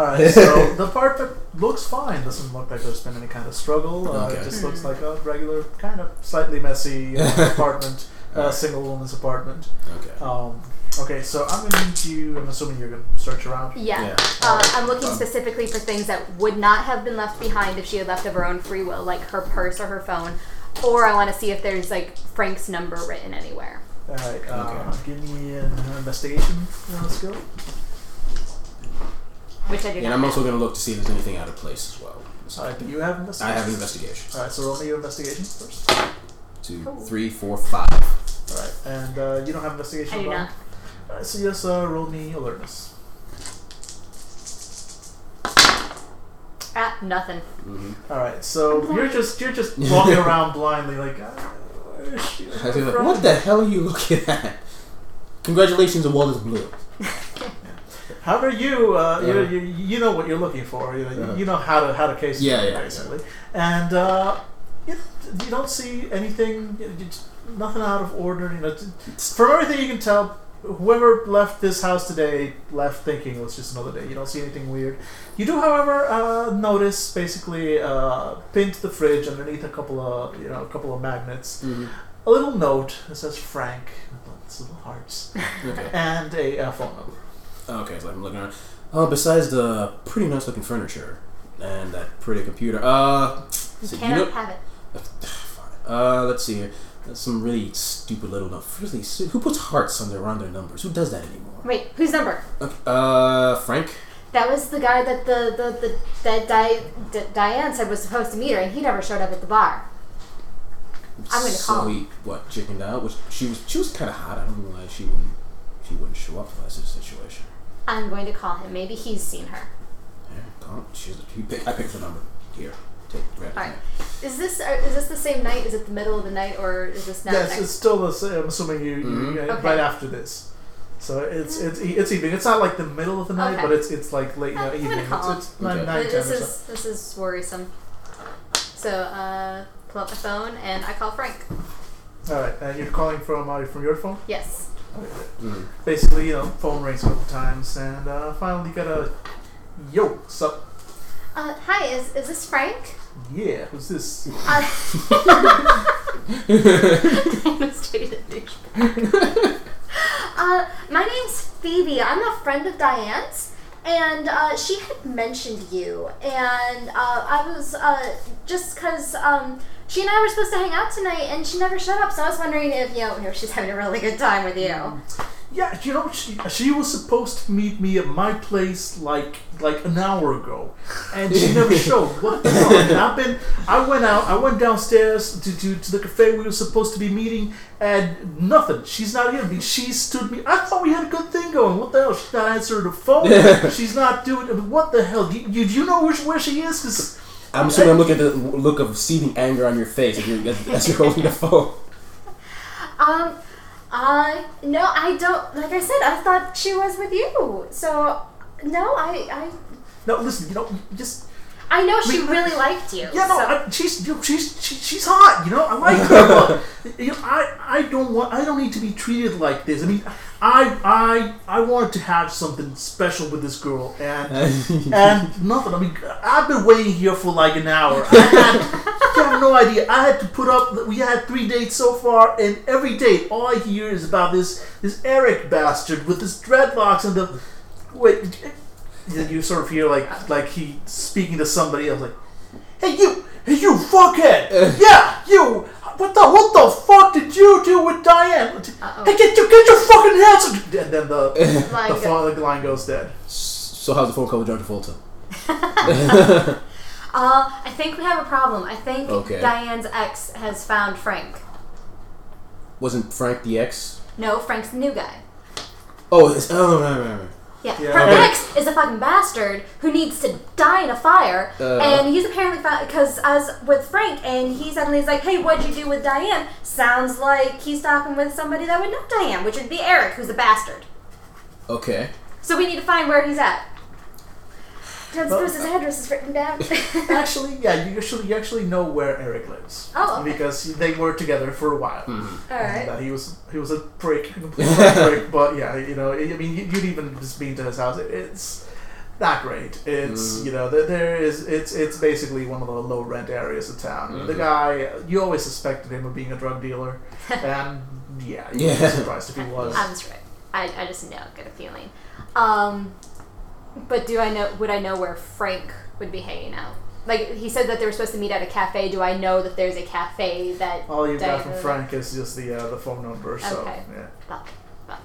[SPEAKER 2] All right. So the part that looks fine doesn't look like there's been any kind of struggle. Uh,
[SPEAKER 1] Okay.
[SPEAKER 2] It just
[SPEAKER 3] Hmm.
[SPEAKER 2] looks like a regular, kind of slightly messy uh, apartment, uh,
[SPEAKER 1] Alright.
[SPEAKER 2] single woman's apartment.
[SPEAKER 1] Okay.
[SPEAKER 2] Um, okay, so I'm gonna need you. I'm assuming you're gonna search around.
[SPEAKER 3] Yeah.
[SPEAKER 1] Yeah.
[SPEAKER 3] Uh, I'm looking specifically for things that would not have been left behind if she had left of her own free will, like her purse or her phone. Or I want to see if there's like Frank's number written anywhere.
[SPEAKER 2] All right. Uh,
[SPEAKER 1] Okay.
[SPEAKER 2] Give me an investigation uh, skill.
[SPEAKER 3] Which I do
[SPEAKER 1] And
[SPEAKER 3] not
[SPEAKER 1] I'm
[SPEAKER 3] know.
[SPEAKER 1] also gonna look to see if there's anything out of place as well. So
[SPEAKER 2] All right. Do you have investigation?
[SPEAKER 1] I have an investigation.
[SPEAKER 2] All right. So roll me your investigation first.
[SPEAKER 1] Two, three, four, five. All right.
[SPEAKER 2] And uh, you don't have investigation.
[SPEAKER 3] I do
[SPEAKER 2] Bob?
[SPEAKER 3] not.
[SPEAKER 2] All right, so yes, uh, roll me alertness.
[SPEAKER 3] Ah, nothing.
[SPEAKER 2] All right. So you're just you're just walking around blindly, like. Uh, where is she?
[SPEAKER 1] I feel like, what the hell are you looking at? Congratulations, the wall is blue.
[SPEAKER 2] How are you? Uh, you,
[SPEAKER 1] Yeah.
[SPEAKER 2] you you know what you're looking for. You know,
[SPEAKER 1] Yeah.
[SPEAKER 2] you know how to how to case
[SPEAKER 1] Yeah,
[SPEAKER 2] it,
[SPEAKER 1] yeah,
[SPEAKER 2] basically. And uh, you, you don't see anything, you- you- nothing out of order. You know, t- from everything you can tell, whoever left this house today left thinking it was just another day. You don't see anything weird. You do, however, uh, notice basically uh, pinned to the fridge underneath a couple of you know a couple of magnets,
[SPEAKER 3] Mm-hmm.
[SPEAKER 2] a little note that says Frank with lots of little hearts
[SPEAKER 1] Okay.
[SPEAKER 2] and a uh, phone number.
[SPEAKER 1] Okay, so I'm looking around. Oh, besides the pretty nice looking furniture and that pretty computer, uh,
[SPEAKER 3] You
[SPEAKER 1] so you
[SPEAKER 3] cannot
[SPEAKER 1] know-
[SPEAKER 3] have it.
[SPEAKER 1] uh, let's see here. That's some really stupid little note. Really, stu- who puts hearts on their around their numbers? Who does that anymore?
[SPEAKER 3] Wait, whose number?
[SPEAKER 1] Okay, uh, Frank.
[SPEAKER 3] That was the guy that the, the, the that Di- D- Diane said was supposed to meet her, and he never showed up at the bar. I'm gonna
[SPEAKER 1] so
[SPEAKER 3] call.
[SPEAKER 1] he what chickened out, which she was she was kind of hot. I don't know why she wouldn't she wouldn't show up for that sort of situation.
[SPEAKER 3] I'm going to call him. Maybe he's seen her.
[SPEAKER 1] Yeah, call. She's he pick, I picked the number here. Take grab it.
[SPEAKER 3] All right. Is this uh, is this the same night? Is it the middle of the night, or is this now?
[SPEAKER 2] yes,
[SPEAKER 3] next?
[SPEAKER 2] it's still the same. I'm assuming you, you
[SPEAKER 1] Mhm.
[SPEAKER 2] uh,
[SPEAKER 3] Okay.
[SPEAKER 2] right after this. So it's it's e- it's evening. It's not like the middle of the night,
[SPEAKER 3] Okay.
[SPEAKER 2] but it's it's like late you know,
[SPEAKER 3] I'm gonna
[SPEAKER 2] evening. It's,
[SPEAKER 3] call
[SPEAKER 2] it's nine,
[SPEAKER 1] Okay.
[SPEAKER 2] nine, ten
[SPEAKER 3] this
[SPEAKER 2] or so.
[SPEAKER 3] is this is worrisome. So uh, pull up my phone and I call Frank.
[SPEAKER 2] All right, and you're calling from uh, from your phone.
[SPEAKER 3] Yes.
[SPEAKER 1] Mm.
[SPEAKER 2] Basically, you know, phone rings a couple times, and uh, finally you got a yo, sup?
[SPEAKER 3] Uh, hi, is is this Frank?
[SPEAKER 2] Yeah, who's this?
[SPEAKER 3] Uh, Almost dated a douchebag. uh, my name's Phoebe. I'm a friend of Diane's, and uh, she had mentioned you, and uh, I was uh, just because um, she and I were supposed to hang out tonight, and she never showed up. So I was wondering if you know, if she's having a really good time with you.
[SPEAKER 2] Yeah, you know, she, she was supposed to meet me at my place like like an hour ago, and she never showed. What the hell happened? I went out. I went downstairs to, to, to the cafe we were supposed to be meeting, and nothing. She's not here. I mean, She stood me. I thought we had a good thing going. What the hell? She's not answering the phone. She's not doing. I mean, what the hell? Do you, do you know which where she is? Cause
[SPEAKER 1] I'm assuming I'm looking at the look of seething anger on your face if you're, as you're holding the phone.
[SPEAKER 3] Um, I no, I don't. Like I said, I thought she was with you. So no, I
[SPEAKER 2] no, listen. You know, just
[SPEAKER 3] I, I know she
[SPEAKER 2] We-
[SPEAKER 3] really liked you.
[SPEAKER 2] Yeah, no,
[SPEAKER 3] so-
[SPEAKER 2] I, she's you know, she's she, she's hot. You know, I like her. but, you know, I I don't want I don't need to be treated like this. I mean, I I I wanted to have something special with this girl, and and nothing. I mean, I've been waiting here for like an hour. I had, you have no idea. I had to put up. We had three dates so far, and every date, all I hear is about this this Eric bastard with his dreadlocks and the wait. Then you sort of hear like like he speaking to somebody else, like, "Hey you, hey you fuckhead! yeah, you. What the what the fuck did you do with Diane?
[SPEAKER 3] Uh-oh.
[SPEAKER 2] Hey, get you get your fucking hands!" And then the
[SPEAKER 3] Like,
[SPEAKER 2] the father line goes dead.
[SPEAKER 1] So how's the phone call with John Travolta?
[SPEAKER 3] uh, I think we have a problem. I think
[SPEAKER 1] Okay.
[SPEAKER 3] Diane's ex has found Frank.
[SPEAKER 1] Wasn't Frank the ex?
[SPEAKER 3] No, Frank's the new guy.
[SPEAKER 1] Oh, it's, oh, right, right, right.
[SPEAKER 3] Yeah,
[SPEAKER 2] Yeah,
[SPEAKER 3] her
[SPEAKER 2] okay.
[SPEAKER 3] ex is a fucking bastard who needs to die in a fire,
[SPEAKER 1] Uh.
[SPEAKER 3] and he's apparently because as with Frank, and he suddenly is like, "Hey, what'd you do with Diane?" Sounds like he's talking with somebody that would know Diane, which would be Eric, who's a bastard.
[SPEAKER 1] Okay.
[SPEAKER 3] So we need to find where he's at. Ted
[SPEAKER 2] Well,
[SPEAKER 3] Spruce's address is written down.
[SPEAKER 2] Actually, yeah, you actually you actually know where Eric lives
[SPEAKER 3] Oh, okay.
[SPEAKER 2] because they were together for a while.
[SPEAKER 1] Mm-hmm.
[SPEAKER 3] All
[SPEAKER 2] And,
[SPEAKER 3] right.
[SPEAKER 2] uh, he was he was a prick, a complete prick. But yeah, you know, I mean, you- you'd even just been to his house. It- It's not great. It's
[SPEAKER 3] Mm.
[SPEAKER 2] you know, there, there is it's it's basically one of the low rent areas of town. The
[SPEAKER 3] Mm-hmm.
[SPEAKER 2] guy, you always suspected him of being a drug dealer, and yeah, you'd be
[SPEAKER 1] Yeah.
[SPEAKER 2] surprised if he was.
[SPEAKER 3] I was right. I, I just know, get a feeling. Um, but do I know? Would I know where Frank would be hanging out? Like he said that they were supposed to meet at a cafe. Do I know that there's a cafe that?
[SPEAKER 2] All you've got from
[SPEAKER 3] Diana-
[SPEAKER 2] Frank is just the uh, the phone number. So
[SPEAKER 3] Okay.
[SPEAKER 2] yeah.
[SPEAKER 3] Fuck, fuck.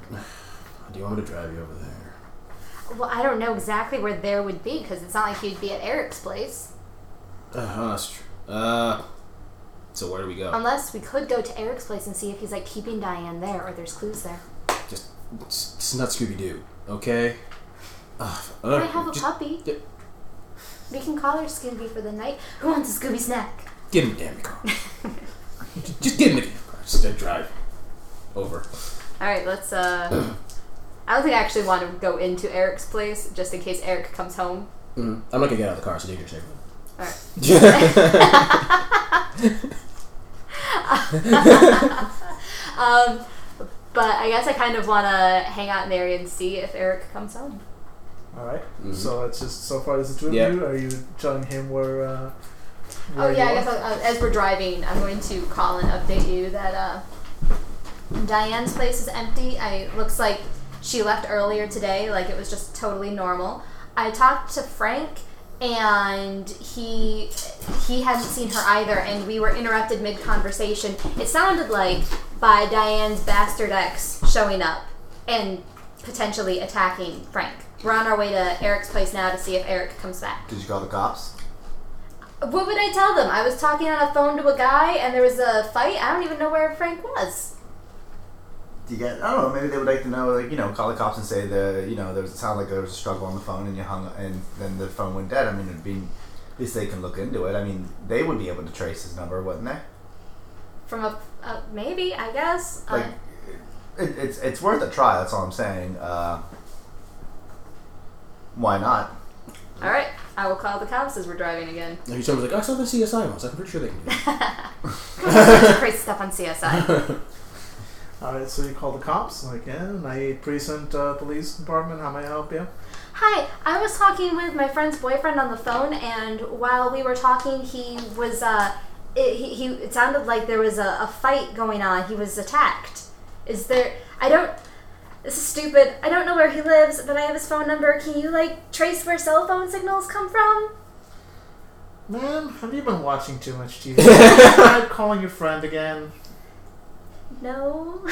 [SPEAKER 1] Do you want me to drive you over there?
[SPEAKER 3] Well, I don't know exactly where there would be because it's not like you'd be at Eric's place
[SPEAKER 1] Uh huh. That's true. Uh. So where do we go?
[SPEAKER 3] unless we could go to Eric's place and see if he's like keeping Diane there or there's clues there.
[SPEAKER 1] Just, it's, it's not Scooby Doo, okay? Uh,
[SPEAKER 3] I have a
[SPEAKER 1] just
[SPEAKER 3] puppy.
[SPEAKER 1] yeah.
[SPEAKER 3] We can call her Scooby for the night. Who wants a Scooby snack?
[SPEAKER 1] Get in the damn car. just, just get in the damn car. Just uh, drive over.
[SPEAKER 3] All right, let's. uh I don't think I actually want to go into Eric's place just in case Eric comes home.
[SPEAKER 1] Mm, I'm not gonna get out of the car, so take your safe.
[SPEAKER 3] Alright. Um, but I guess I kind of want to hang out in there and see if Eric comes home.
[SPEAKER 2] All right.
[SPEAKER 3] Mm-hmm.
[SPEAKER 1] Mhm.
[SPEAKER 2] So it's just so far as the two of
[SPEAKER 1] Yeah.
[SPEAKER 2] you. Are you telling him where? Uh,
[SPEAKER 3] Oh
[SPEAKER 2] where
[SPEAKER 3] yeah,
[SPEAKER 2] you
[SPEAKER 3] I
[SPEAKER 2] are?
[SPEAKER 3] guess I'll, uh, as we're driving, I'm going to call and update you that uh, Diane's place is empty. I looks like she left earlier today, like it was just totally normal. I talked to Frank, and he he hadn't seen her either, and we were interrupted mid conversation. It sounded like by Diane's bastard ex showing up and potentially attacking Frank. We're on our way to Eric's place now to see if Eric comes back.
[SPEAKER 4] Did you call the cops?
[SPEAKER 3] What would I tell them? I was talking on a phone to a guy and there was a fight. I don't even know where Frank was.
[SPEAKER 4] Do you get? I don't know. Maybe they would like to know, like you know, call the cops and say the you know there was it sounded like there was a struggle on the phone and you hung and then the phone went dead. I mean, it'd be at least they can look into it. I mean, they would be able to trace his number, wouldn't they?
[SPEAKER 3] From a. Uh, maybe, I guess.
[SPEAKER 4] Like,
[SPEAKER 3] uh,
[SPEAKER 4] it, it's it's worth a try. That's all I'm saying. Uh, why not?
[SPEAKER 3] Alright, I will call the cops as we're driving again.
[SPEAKER 1] And he told me, like, "Oh, I saw the CSI once. I'm pretty sure they can do that.
[SPEAKER 3] Crazy stuff on CSI.
[SPEAKER 2] All right, so you call the cops. Like, yeah, 98 precinct uh, police department. How may I help you?
[SPEAKER 3] Hi, I was talking with my friend's boyfriend on the phone and while we were talking, he was. Uh, it, he, he, it sounded like there was a, a fight going on. He was attacked. Is there. I don't.
[SPEAKER 5] This is stupid. I don't know where he lives, but I have his phone number. Can you, like, trace where cell phone signals come from?
[SPEAKER 2] Man, have you been watching too much TV? Try calling your friend again.
[SPEAKER 5] No.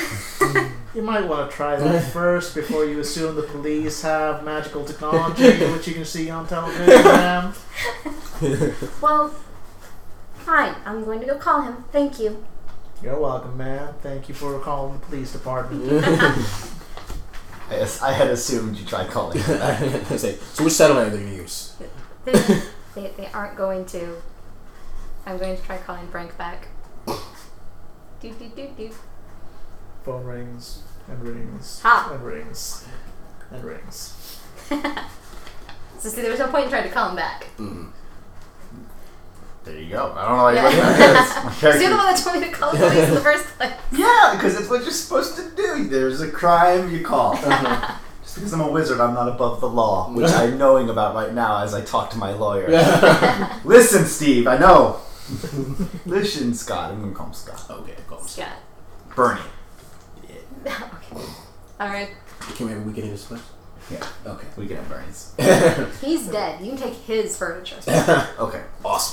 [SPEAKER 2] You might want to try that first before you assume the police have magical technology, which you can see on television. ma'am.
[SPEAKER 5] well, fine. I'm going to go call him. Thank you.
[SPEAKER 2] You're welcome, man. Thank you for calling the police department.
[SPEAKER 4] Yes, I had assumed you tried calling.
[SPEAKER 1] I say, so which satellite are they going to use?
[SPEAKER 3] They, they, they aren't going to.
[SPEAKER 5] I'm going to try calling Frank back. Do, do, do, do.
[SPEAKER 2] Phone rings and rings
[SPEAKER 3] Ha.
[SPEAKER 2] and rings and rings.
[SPEAKER 3] So see, there was no point in trying to call him back.
[SPEAKER 1] Mm.
[SPEAKER 4] There you go. I don't know anybody else.
[SPEAKER 3] Because you're the one that told me to call the police in the first place.
[SPEAKER 4] Yeah, because it's what you're supposed to do. There's a crime, you call.
[SPEAKER 3] Uh-huh.
[SPEAKER 4] Just because I'm a wizard, I'm not above the law, which I'm knowing about right now as I talk to my lawyer. Listen, Steve, I know. Listen, Scott. I'm going to call him Scott.
[SPEAKER 1] okay, cool.
[SPEAKER 3] Scott.
[SPEAKER 4] Bernie.
[SPEAKER 3] okay. All right.
[SPEAKER 1] Can we have a weekend in this place?
[SPEAKER 4] Yeah,
[SPEAKER 1] Okay.
[SPEAKER 4] we can have Bernie's.
[SPEAKER 3] He's dead. You can take his furniture.
[SPEAKER 4] Okay.
[SPEAKER 1] Awesome.